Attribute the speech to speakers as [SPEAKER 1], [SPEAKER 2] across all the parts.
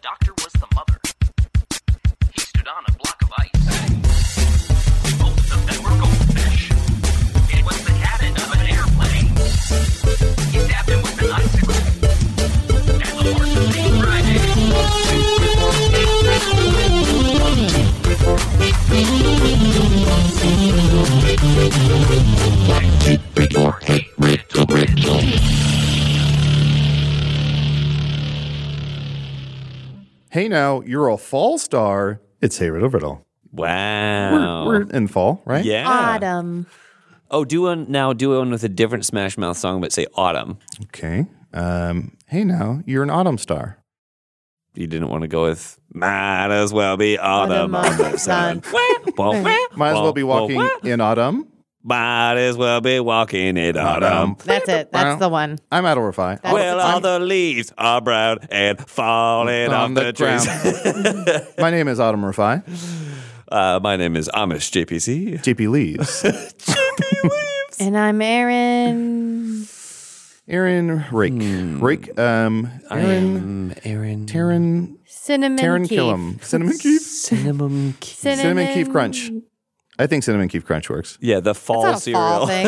[SPEAKER 1] doctor was the mother. He stood on a block of ice. Both of them were goldfish. It was the cabin of an airplane. He stabbed him with an icicle. And the horse was Friday.
[SPEAKER 2] Hey now, you're a fall star. It's Hey Riddle Riddle.
[SPEAKER 3] Wow.
[SPEAKER 2] We're, we're in fall, right?
[SPEAKER 3] Oh. yeah.
[SPEAKER 4] Autumn.
[SPEAKER 3] Oh, do one now. Do one with a different Smash Mouth song, but say autumn.
[SPEAKER 2] Okay. Um, hey now, you're an autumn star.
[SPEAKER 3] You didn't want to go with might as well be autumn on
[SPEAKER 4] Autumn on
[SPEAKER 3] the
[SPEAKER 4] the
[SPEAKER 3] sun. Well,
[SPEAKER 2] Might as
[SPEAKER 3] well,
[SPEAKER 2] well be
[SPEAKER 3] well,
[SPEAKER 2] walking
[SPEAKER 3] well.
[SPEAKER 2] in autumn.
[SPEAKER 3] Might as well be walking in autumn.
[SPEAKER 5] That's it. That's the one.
[SPEAKER 2] I'm out of Refi.
[SPEAKER 5] That's
[SPEAKER 3] Well,
[SPEAKER 5] the
[SPEAKER 3] all
[SPEAKER 5] song.
[SPEAKER 3] the leaves are brown and falling
[SPEAKER 2] On
[SPEAKER 3] off the,
[SPEAKER 2] the
[SPEAKER 3] trees.
[SPEAKER 2] My name is Autumn Refi.
[SPEAKER 3] uh, my name is Amish JPC.
[SPEAKER 2] JP Leaves.
[SPEAKER 3] JP leaves.
[SPEAKER 5] And I'm Aaron.
[SPEAKER 2] Aaron Rake.
[SPEAKER 3] Hmm.
[SPEAKER 2] Rake. Um, Aaron.
[SPEAKER 3] Aaron.
[SPEAKER 2] Taryn.
[SPEAKER 5] Cinnamon.
[SPEAKER 2] Taryn
[SPEAKER 5] Keefe.
[SPEAKER 2] Killam. Cinnamon Keef?
[SPEAKER 3] Cinnamon.
[SPEAKER 2] Cinnamon Keef Crunch. I think Cinnamon Keef Crunch works.
[SPEAKER 3] Yeah, the fall
[SPEAKER 5] It's
[SPEAKER 3] cereal.
[SPEAKER 5] not a fall thing.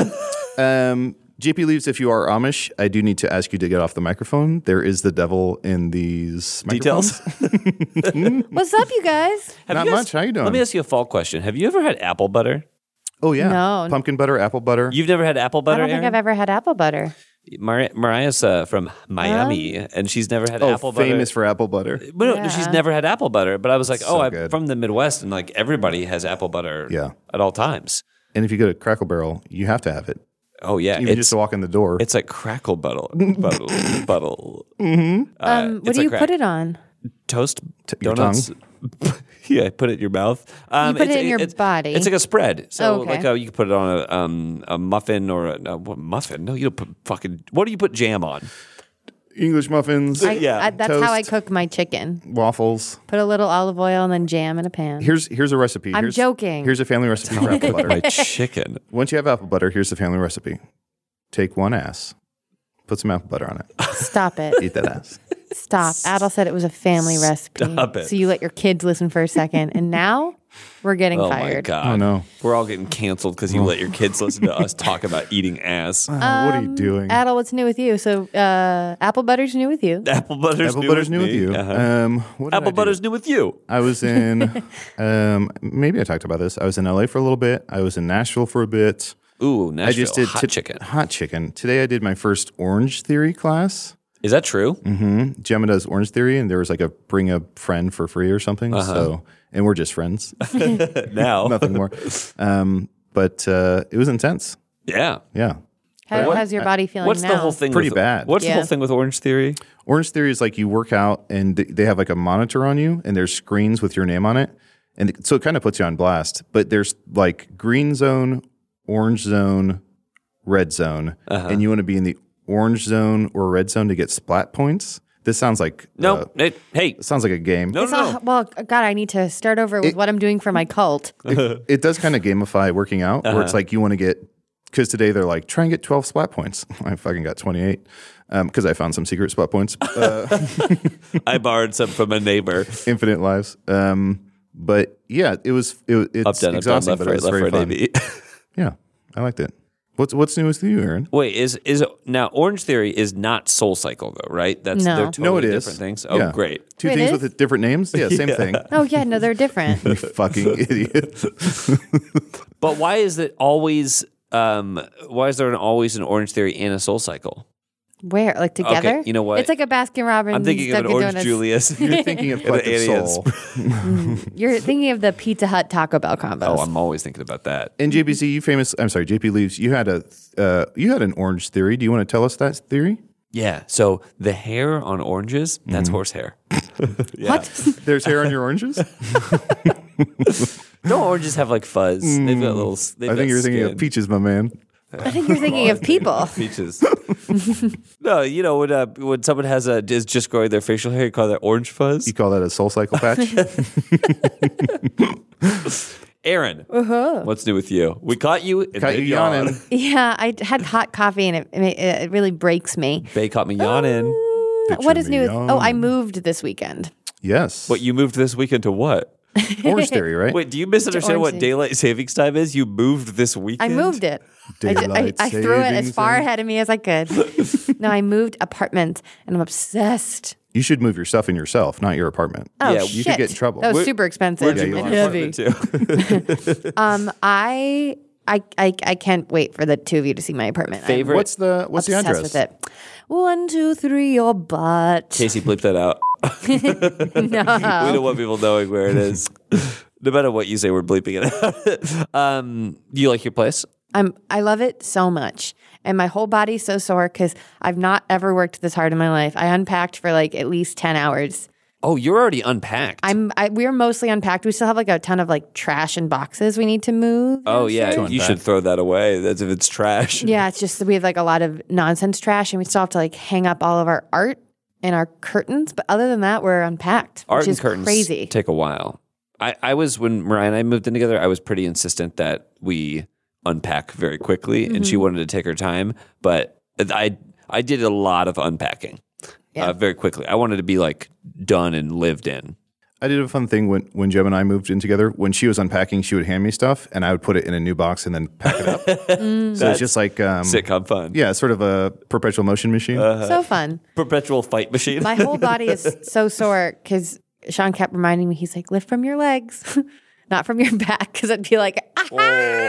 [SPEAKER 2] Um, JP Leaves, if you are Amish, I do need to ask you to get off the microphone. There is the devil in these
[SPEAKER 3] Details.
[SPEAKER 2] microphones.
[SPEAKER 5] What's up, you guys?
[SPEAKER 3] Have
[SPEAKER 2] Not
[SPEAKER 3] you guys-
[SPEAKER 2] much. How you doing?
[SPEAKER 3] Let me ask you a fall question. Have you ever had apple butter?
[SPEAKER 2] Oh yeah,
[SPEAKER 5] No.
[SPEAKER 2] pumpkin butter, apple butter.
[SPEAKER 3] You've never had apple
[SPEAKER 5] I
[SPEAKER 3] butter,
[SPEAKER 5] don't think
[SPEAKER 3] Erin?
[SPEAKER 5] I've ever had apple butter.
[SPEAKER 3] Mari- Mariah's uh, from Miami, and she's never had
[SPEAKER 2] oh,
[SPEAKER 3] apple butter.
[SPEAKER 2] famous for apple butter.
[SPEAKER 3] But no, she's
[SPEAKER 5] Yeah.
[SPEAKER 3] never had apple butter. But I was like,
[SPEAKER 2] So
[SPEAKER 3] oh, I'm
[SPEAKER 2] good.
[SPEAKER 3] from the Midwest, and like everybody has apple butter
[SPEAKER 2] Yeah.
[SPEAKER 3] at all times.
[SPEAKER 2] And if you go to Crackle Barrel, you have to have it.
[SPEAKER 3] Oh, yeah.
[SPEAKER 2] Even
[SPEAKER 3] it's,
[SPEAKER 2] just to walk in the door.
[SPEAKER 3] it's like crackle butter. Butter. butter.
[SPEAKER 5] Um, what
[SPEAKER 3] Uh, it's
[SPEAKER 5] do
[SPEAKER 3] a
[SPEAKER 5] you
[SPEAKER 3] crack.
[SPEAKER 5] put it on?
[SPEAKER 3] Toast
[SPEAKER 2] your
[SPEAKER 3] donuts. yeah, put it in your mouth. Um,
[SPEAKER 5] put it
[SPEAKER 3] it's-
[SPEAKER 5] in your
[SPEAKER 3] it's-
[SPEAKER 5] body.
[SPEAKER 3] It's like a spread. So,
[SPEAKER 5] Oh, okay.
[SPEAKER 3] like, uh, you can put it on a, um, a muffin or a, a what, muffin. No, you don't put fucking. What do you put jam on?
[SPEAKER 2] English muffins,
[SPEAKER 5] I,
[SPEAKER 3] Yeah,
[SPEAKER 5] I, that's how I
[SPEAKER 2] toast.
[SPEAKER 5] cook my chicken.
[SPEAKER 2] waffles.
[SPEAKER 5] Put a little olive oil and then jam in a pan.
[SPEAKER 2] Here's here's a recipe.
[SPEAKER 5] I'm
[SPEAKER 2] Here's-
[SPEAKER 5] joking.
[SPEAKER 2] Here's a family recipe for apple
[SPEAKER 3] My
[SPEAKER 2] butter.
[SPEAKER 3] chicken.
[SPEAKER 2] Once you have apple butter, here's the family recipe. Take one ass, put some apple butter on it,
[SPEAKER 5] Stop it.
[SPEAKER 2] eat that ass.
[SPEAKER 5] Stop. Adel said it was a family recipe.
[SPEAKER 3] Stop it.
[SPEAKER 5] So you let your kids listen for a second. And now we're getting
[SPEAKER 3] Oh my
[SPEAKER 5] fired.
[SPEAKER 3] god!
[SPEAKER 2] Oh no,
[SPEAKER 3] We're all getting canceled because you let your kids listen to us talk about eating ass.
[SPEAKER 2] Oh, what are
[SPEAKER 5] Um,
[SPEAKER 2] you doing?
[SPEAKER 5] Adel, what's new with you? So uh, apple butter's new with you.
[SPEAKER 3] Apple butter's
[SPEAKER 2] apple
[SPEAKER 3] new
[SPEAKER 2] butter's
[SPEAKER 3] with
[SPEAKER 2] new with
[SPEAKER 3] me.
[SPEAKER 2] you.
[SPEAKER 3] Uh-huh.
[SPEAKER 2] Um, what did I
[SPEAKER 3] Apple
[SPEAKER 2] do?
[SPEAKER 3] butter's new with you.
[SPEAKER 2] I was in, um, maybe I talked about this. I was in LA for a little bit. I was in Nashville for a bit.
[SPEAKER 3] Ooh, Nashville.
[SPEAKER 2] I just did
[SPEAKER 3] hot
[SPEAKER 2] to-
[SPEAKER 3] chicken.
[SPEAKER 2] Hot chicken. Today I did my first Orange Theory class.
[SPEAKER 3] Is that true?
[SPEAKER 2] Mm-hmm. Gemma does Orange Theory, and there was like a bring a friend for free or something.
[SPEAKER 3] Uh-huh.
[SPEAKER 2] So, and we're just friends,
[SPEAKER 3] Now,
[SPEAKER 2] nothing more. Um, but uh, it was intense.
[SPEAKER 3] yeah.
[SPEAKER 2] Yeah.
[SPEAKER 5] How, how's your body feeling
[SPEAKER 3] What's
[SPEAKER 5] now?
[SPEAKER 3] the whole thing?
[SPEAKER 2] Pretty
[SPEAKER 3] with,
[SPEAKER 2] bad.
[SPEAKER 3] What's the
[SPEAKER 5] Yeah.
[SPEAKER 3] whole thing with Orange Theory?
[SPEAKER 2] Orange Theory is like you work out, and th- they have like a monitor on you, and there's screens with your name on it, and th- so it kind of puts you on blast. But there's like green zone, orange zone, red zone,
[SPEAKER 3] Uh-huh.
[SPEAKER 2] and you want to be in the orange zone or red zone to get splat points. This sounds like
[SPEAKER 3] No.
[SPEAKER 2] uh,
[SPEAKER 3] it- hey.
[SPEAKER 2] sounds like a game.
[SPEAKER 3] No.
[SPEAKER 5] It's
[SPEAKER 3] No.
[SPEAKER 5] all,
[SPEAKER 3] no.
[SPEAKER 5] well, God, I need to start over with what I'm doing for my cult.
[SPEAKER 2] it, it does kind of gamify working out where
[SPEAKER 3] Uh-huh.
[SPEAKER 2] it's like you want to get because today they're like try and get 12 splat points i fucking got 28 because i found some secret splat points uh,
[SPEAKER 3] I borrowed some from a neighbor.
[SPEAKER 2] infinite lives um, but yeah it was it, was- it's
[SPEAKER 3] Up down, up down,
[SPEAKER 2] exhausting
[SPEAKER 3] left
[SPEAKER 2] but it
[SPEAKER 3] right,
[SPEAKER 2] was
[SPEAKER 3] left
[SPEAKER 2] very
[SPEAKER 3] right, E.
[SPEAKER 2] fun.
[SPEAKER 3] AB.
[SPEAKER 2] yeah i liked it what's what's new with you aaron
[SPEAKER 3] Wait, is is now Orange Theory is not Soul Cycle though, right? That's
[SPEAKER 5] No.
[SPEAKER 3] they're
[SPEAKER 5] No,
[SPEAKER 3] totally
[SPEAKER 2] no it is
[SPEAKER 3] different things. Oh,
[SPEAKER 2] Yeah.
[SPEAKER 3] great.
[SPEAKER 2] two
[SPEAKER 5] It
[SPEAKER 2] things
[SPEAKER 5] is?
[SPEAKER 2] with different names yeah same thing
[SPEAKER 5] Oh yeah, no, they're different.
[SPEAKER 2] you fucking idiot
[SPEAKER 3] But why is it always? Um, why is there an always an Orange Theory and a Soul Cycle?
[SPEAKER 5] Where? Like together?
[SPEAKER 3] you know what?
[SPEAKER 5] It's like a Baskin Robbins.
[SPEAKER 3] I'm thinking of an
[SPEAKER 5] Dunkin'
[SPEAKER 3] Orange
[SPEAKER 5] Donuts.
[SPEAKER 3] Julius.
[SPEAKER 2] You're thinking of Collective
[SPEAKER 3] Aliens.
[SPEAKER 2] Soul.
[SPEAKER 5] You're thinking of the Pizza Hut Taco Bell combos.
[SPEAKER 3] oh, I'm always thinking about that.
[SPEAKER 2] And JBC, you famous. I'm sorry, JP leaves. You had a uh, you had an orange theory. Do you want to tell us that theory?
[SPEAKER 3] Yeah. So the hair on oranges, that's
[SPEAKER 2] Mm-hmm.
[SPEAKER 3] horsehair. yeah.
[SPEAKER 5] what?
[SPEAKER 2] There's hair on your oranges. I
[SPEAKER 3] Don't oranges have like fuzz? They've got little. s- They've
[SPEAKER 2] Mm. think
[SPEAKER 3] got
[SPEAKER 2] you're thinking of
[SPEAKER 3] skin.
[SPEAKER 2] peaches, my man.
[SPEAKER 5] I think you're thinking of people.
[SPEAKER 3] peaches. no, you know when uh, when someone has a is just growing their facial hair, you call that orange fuzz.
[SPEAKER 2] You call that a soul cycle patch?
[SPEAKER 3] Aaron,
[SPEAKER 5] Uh-huh.
[SPEAKER 3] what's new with you? We caught you. And
[SPEAKER 2] Caught
[SPEAKER 3] they
[SPEAKER 2] you yawning.
[SPEAKER 5] Yeah, I had hot coffee and it, it, ma- it really breaks me.
[SPEAKER 3] They caught me yawning.
[SPEAKER 5] Oh. what is
[SPEAKER 2] me
[SPEAKER 5] new? with- Oh, I
[SPEAKER 2] young.
[SPEAKER 5] moved this weekend.
[SPEAKER 2] Yes.
[SPEAKER 3] What you moved this weekend to what?
[SPEAKER 2] orange theory, right?
[SPEAKER 3] Wait, do you misunderstand what
[SPEAKER 5] orange juice.
[SPEAKER 3] daylight savings time is? You moved this
[SPEAKER 5] I
[SPEAKER 3] weekend.
[SPEAKER 5] moved it. I, ju- I,
[SPEAKER 2] Daylight
[SPEAKER 5] I threw it as
[SPEAKER 2] savings
[SPEAKER 5] far
[SPEAKER 2] time.
[SPEAKER 5] ahead of me as I could. no, I moved apartment and I'm obsessed.
[SPEAKER 2] You should move your stuff in yourself, not your apartment.
[SPEAKER 5] Oh,
[SPEAKER 3] Yeah,
[SPEAKER 5] shit.
[SPEAKER 3] you
[SPEAKER 2] could get in trouble.
[SPEAKER 5] That was
[SPEAKER 2] Where-
[SPEAKER 5] super expensive
[SPEAKER 3] Where'd you
[SPEAKER 2] Yeah,
[SPEAKER 3] move
[SPEAKER 5] and
[SPEAKER 2] you
[SPEAKER 3] your
[SPEAKER 5] heavy.
[SPEAKER 3] apartment to?
[SPEAKER 5] Um, I, I, I, I can't wait for the two of you to see my apartment. I'm
[SPEAKER 3] Favorite.
[SPEAKER 2] What's the what's the
[SPEAKER 5] obsessed
[SPEAKER 2] address?
[SPEAKER 5] with it. One, two, three, your butt.
[SPEAKER 3] Casey bleeped that out. We
[SPEAKER 5] No.
[SPEAKER 3] don't want people knowing where it is. no matter what you say, we're bleeping it out. um, do you like your place?
[SPEAKER 5] I'm I love it so much. And my whole body's so sore because I've not ever worked this hard in my life. I unpacked for like at least 10 hours.
[SPEAKER 3] Oh, you're already unpacked.
[SPEAKER 5] I'm I, we're mostly unpacked. We still have like a ton of like trash and boxes we need to move.
[SPEAKER 3] Oh yeah, you
[SPEAKER 2] unpack.
[SPEAKER 3] should throw that away. That's if it's trash.
[SPEAKER 5] Yeah, it's just that we have like a lot of nonsense trash and we still have to like hang up all of our art and our curtains. But other than that, we're unpacked.
[SPEAKER 3] Art
[SPEAKER 5] which
[SPEAKER 3] and
[SPEAKER 5] is
[SPEAKER 3] curtains
[SPEAKER 5] crazy.
[SPEAKER 3] take a while. I, I was when Mariah and I moved in together, I was pretty insistent that we unpack very quickly and
[SPEAKER 5] Mm-hmm.
[SPEAKER 3] she wanted to take her time, but I I did a lot of unpacking.
[SPEAKER 5] Yeah.
[SPEAKER 3] Uh, very quickly. I wanted to be like done and lived in.
[SPEAKER 2] I did a fun thing when when Jeb and I moved in together. When she was unpacking, she would hand me stuff, and I would put it in a new box and then pack it up. so it's just like um,
[SPEAKER 3] Sitcom fun.
[SPEAKER 2] Yeah, sort of a perpetual motion machine.
[SPEAKER 5] so fun.
[SPEAKER 3] Perpetual fight machine.
[SPEAKER 5] My whole body is so sore because Sean kept reminding me, he's like, lift from your legs, not from your back, because I'd be like, ah.
[SPEAKER 2] Oh.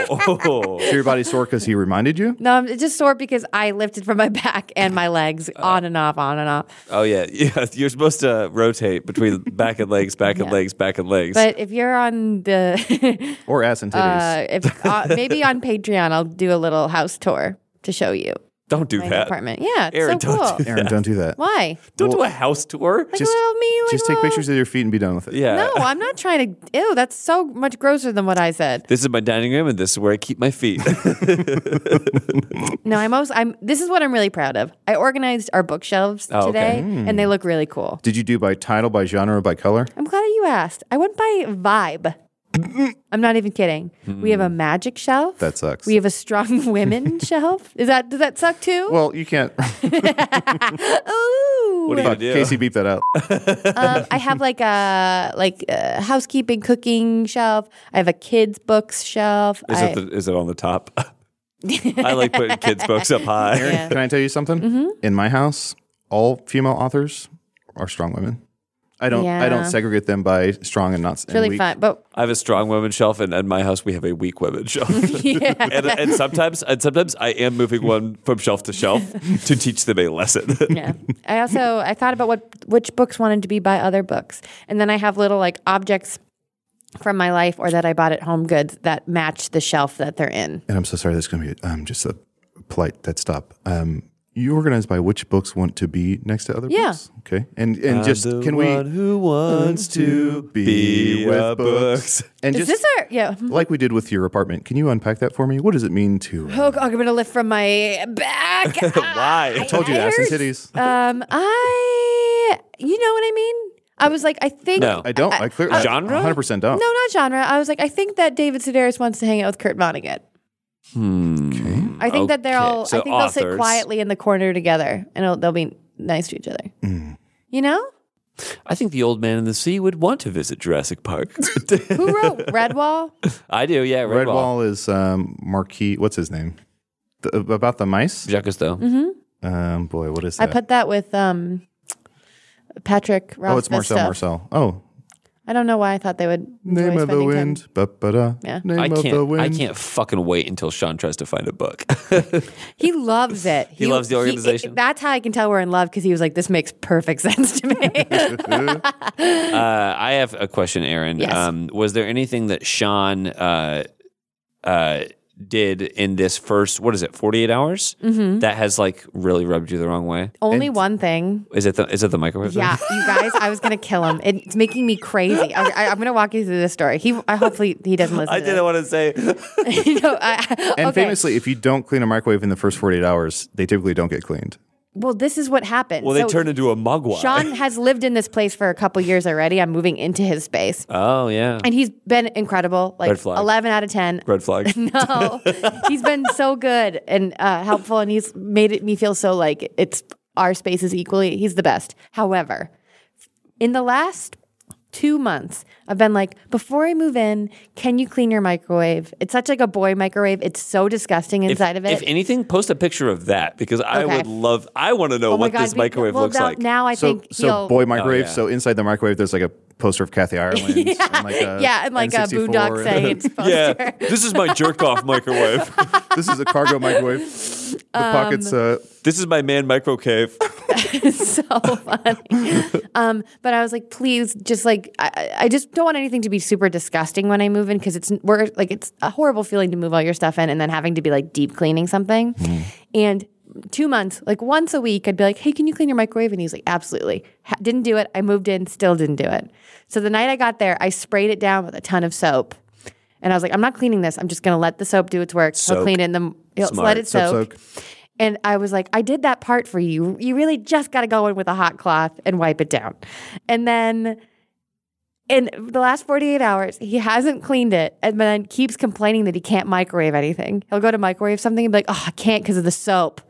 [SPEAKER 3] Oh.
[SPEAKER 2] so your body's sore because he reminded you.
[SPEAKER 5] No, I'm it's just sore because I lifted from my back and my legs
[SPEAKER 2] Uh.
[SPEAKER 5] on and off, on and off.
[SPEAKER 3] oh yeah. Yeah. You're supposed to rotate between back and legs, back and legs, back and legs.
[SPEAKER 5] But if you're on the,
[SPEAKER 2] Or ass and titties.
[SPEAKER 5] uh, if uh, maybe on Patreon, I'll do a little house tour to show you
[SPEAKER 3] don't do
[SPEAKER 5] my
[SPEAKER 3] that.
[SPEAKER 5] apartment. Yeah, it's
[SPEAKER 3] Aaron,
[SPEAKER 5] so
[SPEAKER 3] don't
[SPEAKER 5] cool.
[SPEAKER 3] do
[SPEAKER 2] Aaron, don't do that.
[SPEAKER 5] Why?
[SPEAKER 3] Don't do a house tour.
[SPEAKER 5] Like
[SPEAKER 2] Just-
[SPEAKER 5] little me, like
[SPEAKER 2] Just take
[SPEAKER 5] little-
[SPEAKER 2] pictures of your feet and be done with it.
[SPEAKER 3] Yeah.
[SPEAKER 5] No, I'm not trying to. Ew, that's so much grosser than what I said.
[SPEAKER 3] This is my dining room, and this is where I keep my feet.
[SPEAKER 5] No, I'm also. I'm. This is what I'm really proud of. I organized our bookshelves
[SPEAKER 3] Oh, okay.
[SPEAKER 5] today, and they look really cool.
[SPEAKER 2] Did you do by title, by genre, by color?
[SPEAKER 5] I'm glad you asked. I went by vibe. I'm not even kidding. We have a
[SPEAKER 3] Hmm.
[SPEAKER 5] magic shelf.
[SPEAKER 2] That sucks.
[SPEAKER 5] We have a strong women shelf. Is that does that suck too?
[SPEAKER 2] well, you can't.
[SPEAKER 5] Ooh.
[SPEAKER 3] What do you
[SPEAKER 2] Fuck,
[SPEAKER 3] do?
[SPEAKER 2] Casey, beep that out.
[SPEAKER 5] Um, I have like a like a housekeeping cooking shelf. I have a kids books shelf.
[SPEAKER 3] Is
[SPEAKER 5] I,
[SPEAKER 3] it, the, is it on the top? I like putting kids' books up high.
[SPEAKER 2] Can I tell you something?
[SPEAKER 5] Mm-hmm.
[SPEAKER 2] In my house, all female authors are strong women. I don't. I
[SPEAKER 5] Yeah.
[SPEAKER 2] don't segregate them by strong and not.
[SPEAKER 5] it's really
[SPEAKER 2] weak.
[SPEAKER 5] fun. But
[SPEAKER 3] I have a strong women's shelf, and in my house we have a weak women's shelf.
[SPEAKER 5] yeah.
[SPEAKER 3] and, and sometimes, and sometimes I am moving one from shelf to shelf to teach them a lesson.
[SPEAKER 5] yeah. I also I thought about what which books wanted to be by other books, and then I have little like objects from my life or that I bought at Home Goods that match the shelf that they're in.
[SPEAKER 2] And I'm so sorry. That's going to be um, just a polite dead stop. Um, you organize by which books want to be next to other
[SPEAKER 5] Yeah.
[SPEAKER 2] books. Okay. And and just
[SPEAKER 3] the
[SPEAKER 2] can we
[SPEAKER 3] one who wants to be with books.
[SPEAKER 2] And
[SPEAKER 5] Is
[SPEAKER 2] just
[SPEAKER 5] this our yeah?
[SPEAKER 2] like we did with your apartment, can you unpack that for me? What does it mean to? uh,
[SPEAKER 5] Oh, God, I'm gonna lift from my back.
[SPEAKER 3] Why?
[SPEAKER 5] Ah,
[SPEAKER 3] I
[SPEAKER 2] told you
[SPEAKER 5] it
[SPEAKER 2] ass and
[SPEAKER 5] hurts.
[SPEAKER 2] titties.
[SPEAKER 5] Um, I, you know what I mean? I was like, I think.
[SPEAKER 3] No.
[SPEAKER 2] I don't. I, clear
[SPEAKER 3] Genre?
[SPEAKER 2] 100 percent don't.
[SPEAKER 5] No, not genre. I was like, I think that David Sedaris wants to hang out with Kurt Vonnegut.
[SPEAKER 3] Hmm.
[SPEAKER 5] I think that they're
[SPEAKER 3] Okay.
[SPEAKER 5] all.
[SPEAKER 3] So
[SPEAKER 5] I think they'll
[SPEAKER 3] authors.
[SPEAKER 5] sit quietly in the corner together, and it'll, they'll be nice to each other. You know,
[SPEAKER 3] I think the old man in the sea would want to visit Jurassic Park.
[SPEAKER 5] who wrote Redwall?
[SPEAKER 3] I do, yeah. Redwall.
[SPEAKER 2] Redwall is um, Marquis. What's his name? The, about the mice.
[SPEAKER 3] Jacques Cousteau.
[SPEAKER 5] Mm-hmm.
[SPEAKER 2] Um, boy, what is
[SPEAKER 5] I
[SPEAKER 2] that?
[SPEAKER 5] put that with um, Patrick. Rothfuss
[SPEAKER 2] oh, it's Marcel.
[SPEAKER 5] stuff.
[SPEAKER 2] Marcel. Oh,
[SPEAKER 5] I don't know why I thought they would enjoy
[SPEAKER 2] Name of the
[SPEAKER 5] spending time-
[SPEAKER 2] wind. Ba-ba-da.
[SPEAKER 5] Yeah.
[SPEAKER 2] Name
[SPEAKER 3] I
[SPEAKER 2] of the
[SPEAKER 3] can't.
[SPEAKER 2] wind.
[SPEAKER 3] I can't fucking wait until Sean tries to find a book.
[SPEAKER 5] He loves it. He,
[SPEAKER 3] loves the organization.
[SPEAKER 5] that's how I can tell we're in love because he was like, "This makes perfect sense to me."
[SPEAKER 3] uh, I have a question, Aaron.
[SPEAKER 5] Yes.
[SPEAKER 3] Um, was there anything that Sean uh, uh, did in this first, what is it, 48 hours
[SPEAKER 5] Mm-hmm.
[SPEAKER 3] that has like really rubbed you the wrong way?
[SPEAKER 5] Only one thing.
[SPEAKER 3] Is it the, is it the microwave? thing?
[SPEAKER 5] Yeah, you guys, I was gonna kill him. It, it's making me crazy. I, I, I'm gonna walk you through this story. He, I hopefully he doesn't listen.
[SPEAKER 3] I
[SPEAKER 5] to
[SPEAKER 3] didn't want to say.
[SPEAKER 5] this. no, I,
[SPEAKER 2] And
[SPEAKER 5] okay.
[SPEAKER 2] famously, if you don't clean a microwave in the first 48 hours, they typically don't get cleaned.
[SPEAKER 5] well, this is what happened.
[SPEAKER 3] Well, they
[SPEAKER 5] So
[SPEAKER 3] turned into a mugwai.
[SPEAKER 5] Sean has lived in this place for a couple years already. I'm moving into his space,
[SPEAKER 3] Oh yeah.
[SPEAKER 5] and he's been incredible. Like
[SPEAKER 3] Red flag.
[SPEAKER 5] 11 out of 10.
[SPEAKER 3] Red flag.
[SPEAKER 5] No, he's been so good and uh, helpful, and he's made it me feel so like it's our space is equally. He's the best. However, in the last two months, I've been like, before I move in, can you clean your microwave? It's such like a boy microwave. It's so disgusting
[SPEAKER 3] If,
[SPEAKER 5] inside of it.
[SPEAKER 3] if anything, post a picture of that because I
[SPEAKER 5] Okay.
[SPEAKER 3] would love. I want to know
[SPEAKER 5] oh my
[SPEAKER 3] what
[SPEAKER 5] god!
[SPEAKER 3] this
[SPEAKER 5] we-
[SPEAKER 3] microwave
[SPEAKER 5] well,
[SPEAKER 3] looks
[SPEAKER 5] now,
[SPEAKER 3] like.
[SPEAKER 5] Now I
[SPEAKER 2] So,
[SPEAKER 5] think
[SPEAKER 2] so
[SPEAKER 5] he'll.
[SPEAKER 2] boy microwave.
[SPEAKER 3] Oh, yeah.
[SPEAKER 2] So inside the microwave, there's like a poster of Kathy Ireland. yeah. And like a
[SPEAKER 5] yeah, and like a
[SPEAKER 2] N64
[SPEAKER 5] boondock
[SPEAKER 2] and-
[SPEAKER 5] Saints poster.
[SPEAKER 3] yeah, this is my jerk off microwave.
[SPEAKER 2] this is a cargo microwave. The pockets.
[SPEAKER 5] Um,
[SPEAKER 2] Uh,
[SPEAKER 3] This is my man microwave.
[SPEAKER 5] so funny. um, but I was like, please, just like I- I, I just don't want anything to be super disgusting when I move in because it's we're like it's a horrible feeling to move all your stuff in and then having to be like deep cleaning something.
[SPEAKER 3] Mm-hmm.
[SPEAKER 5] And two months, like once a week, I'd be like, hey, can you clean your microwave? And he's like, absolutely. Ha- didn't do it. I moved in, still didn't do it. So the night I got there, I sprayed it down with a ton of soap. And I was like, I'm not cleaning this. I'm just going to let the soap do its work.
[SPEAKER 3] Soak.
[SPEAKER 5] He'll clean it in the, he'll
[SPEAKER 3] Smart.
[SPEAKER 5] let it
[SPEAKER 2] Soap
[SPEAKER 5] soak. And I was like, I did that part for you. You really just got to go in with a hot cloth and wipe it down. And then in the last 48 hours, he hasn't cleaned it and then keeps complaining that he can't microwave anything. He'll go to microwave something and be like, oh, I can't because of the soap.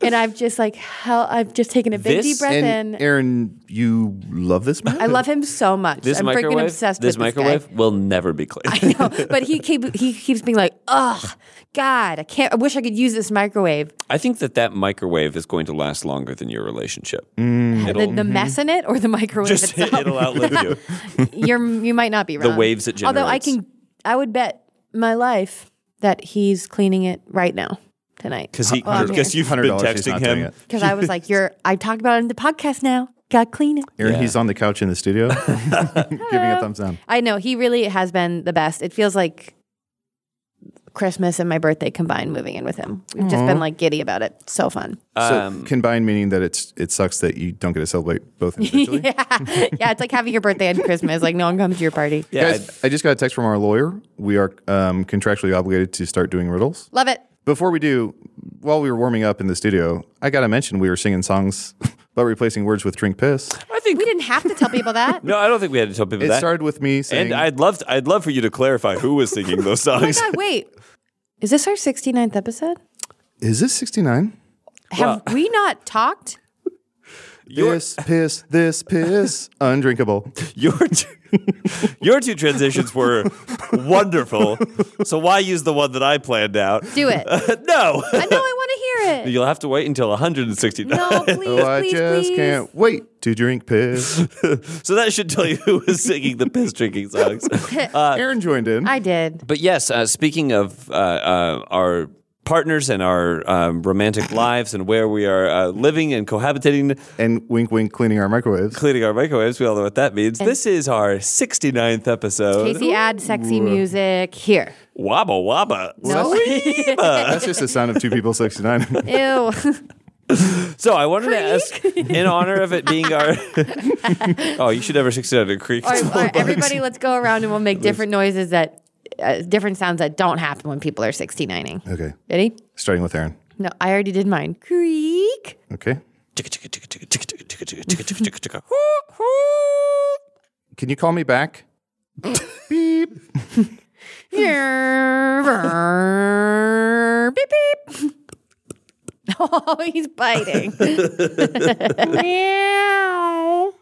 [SPEAKER 5] and I've just like, hell, I've just taken a big
[SPEAKER 3] This
[SPEAKER 5] deep breath
[SPEAKER 2] and
[SPEAKER 5] in.
[SPEAKER 2] Aaron, you love this man?
[SPEAKER 5] I love him so much.
[SPEAKER 3] This
[SPEAKER 5] I'm
[SPEAKER 3] microwave.
[SPEAKER 5] freaking obsessed
[SPEAKER 3] this
[SPEAKER 5] with
[SPEAKER 3] microwave
[SPEAKER 5] this guy.
[SPEAKER 3] will never be cleaned.
[SPEAKER 5] I know, but he keep, he keeps being like, "Ugh, God, I can't. I wish I could use this microwave."
[SPEAKER 3] I think that that microwave is going to last longer than your relationship.
[SPEAKER 2] Mm.
[SPEAKER 5] the, the mess in it or the
[SPEAKER 3] Mm-hmm.
[SPEAKER 5] microwave
[SPEAKER 3] Just
[SPEAKER 5] itself.
[SPEAKER 3] it'll outlive you.
[SPEAKER 5] You're you might not be wrong.
[SPEAKER 3] waves it
[SPEAKER 5] Although I
[SPEAKER 3] generates.
[SPEAKER 5] can, I would bet my life that he's cleaning it right now tonight.
[SPEAKER 3] Because he,
[SPEAKER 5] Well, I'm
[SPEAKER 3] because
[SPEAKER 5] here.
[SPEAKER 3] you've been
[SPEAKER 2] $100, she's
[SPEAKER 3] texting
[SPEAKER 2] not doing
[SPEAKER 3] him.
[SPEAKER 2] it.
[SPEAKER 5] because I was like, you're. I talked about it in the podcast now. Got clean it.
[SPEAKER 2] Aaron,
[SPEAKER 3] Yeah.
[SPEAKER 2] he's on the couch in the studio, giving a thumbs down.
[SPEAKER 5] I know he really has been the best. It feels like Christmas and my birthday combined moving in with him. We've just been like giddy about it. So fun.
[SPEAKER 3] Um,
[SPEAKER 2] so combined meaning that it's it sucks that you don't get to celebrate both individually.
[SPEAKER 5] yeah, yeah. It's like having your birthday and Christmas. Like no one comes to your party.
[SPEAKER 3] Yeah, I-
[SPEAKER 2] Guys, I just got a text from our lawyer. We are um, contractually obligated to start doing riddles.
[SPEAKER 5] Love it.
[SPEAKER 2] Before we do, while we were warming up in the studio, I got to mention we were singing songs about replacing words with drink piss.
[SPEAKER 3] I think
[SPEAKER 5] We didn't have to tell people that.
[SPEAKER 3] no, I don't think we had to tell people
[SPEAKER 2] It
[SPEAKER 3] that.
[SPEAKER 2] started with me saying,
[SPEAKER 3] and I'd love to, I'd love for you to clarify who was singing those
[SPEAKER 5] Oh my
[SPEAKER 3] songs.
[SPEAKER 5] god, wait. Is this our 69th episode?
[SPEAKER 2] Is this 69?
[SPEAKER 5] Have we not talked?
[SPEAKER 3] Your-
[SPEAKER 2] This piss, this piss, undrinkable.
[SPEAKER 3] Your two, your two transitions were wonderful. So why use the one that I planned out?
[SPEAKER 5] Do it. I
[SPEAKER 3] no.
[SPEAKER 5] know I want to hear it.
[SPEAKER 3] You'll have to wait until 169.
[SPEAKER 5] No, please,
[SPEAKER 2] Oh, I
[SPEAKER 5] please,
[SPEAKER 2] just
[SPEAKER 5] please.
[SPEAKER 2] can't wait to drink piss.
[SPEAKER 3] So that should tell you who was singing the piss drinking songs.
[SPEAKER 2] Aaron joined in.
[SPEAKER 5] I did.
[SPEAKER 3] But yes, uh, speaking of uh, uh, our partners and our um, romantic lives and where we are uh, living and cohabitating,
[SPEAKER 2] and wink, wink, cleaning our microwaves.
[SPEAKER 3] cleaning our microwaves, we all know what that means. this is our 69th episode.
[SPEAKER 5] Casey, add sexy music here.
[SPEAKER 3] Wabba wabba.
[SPEAKER 5] No.
[SPEAKER 2] That's just the sound of two people 69.
[SPEAKER 5] Ew.
[SPEAKER 3] So I wanted to ask, in honor of it being our. oh, you should never 69 to creek.
[SPEAKER 5] All right, all right, everybody, let's go around and we'll make different noises that, uh, different sounds that don't happen when people are 69ing.
[SPEAKER 2] okay.
[SPEAKER 5] Ready?
[SPEAKER 2] Starting with Aaron.
[SPEAKER 5] No, I already did mine. Creak.
[SPEAKER 2] Okay. Can you call me back? Beep.
[SPEAKER 5] beep beep. Oh, he's biting. Meow.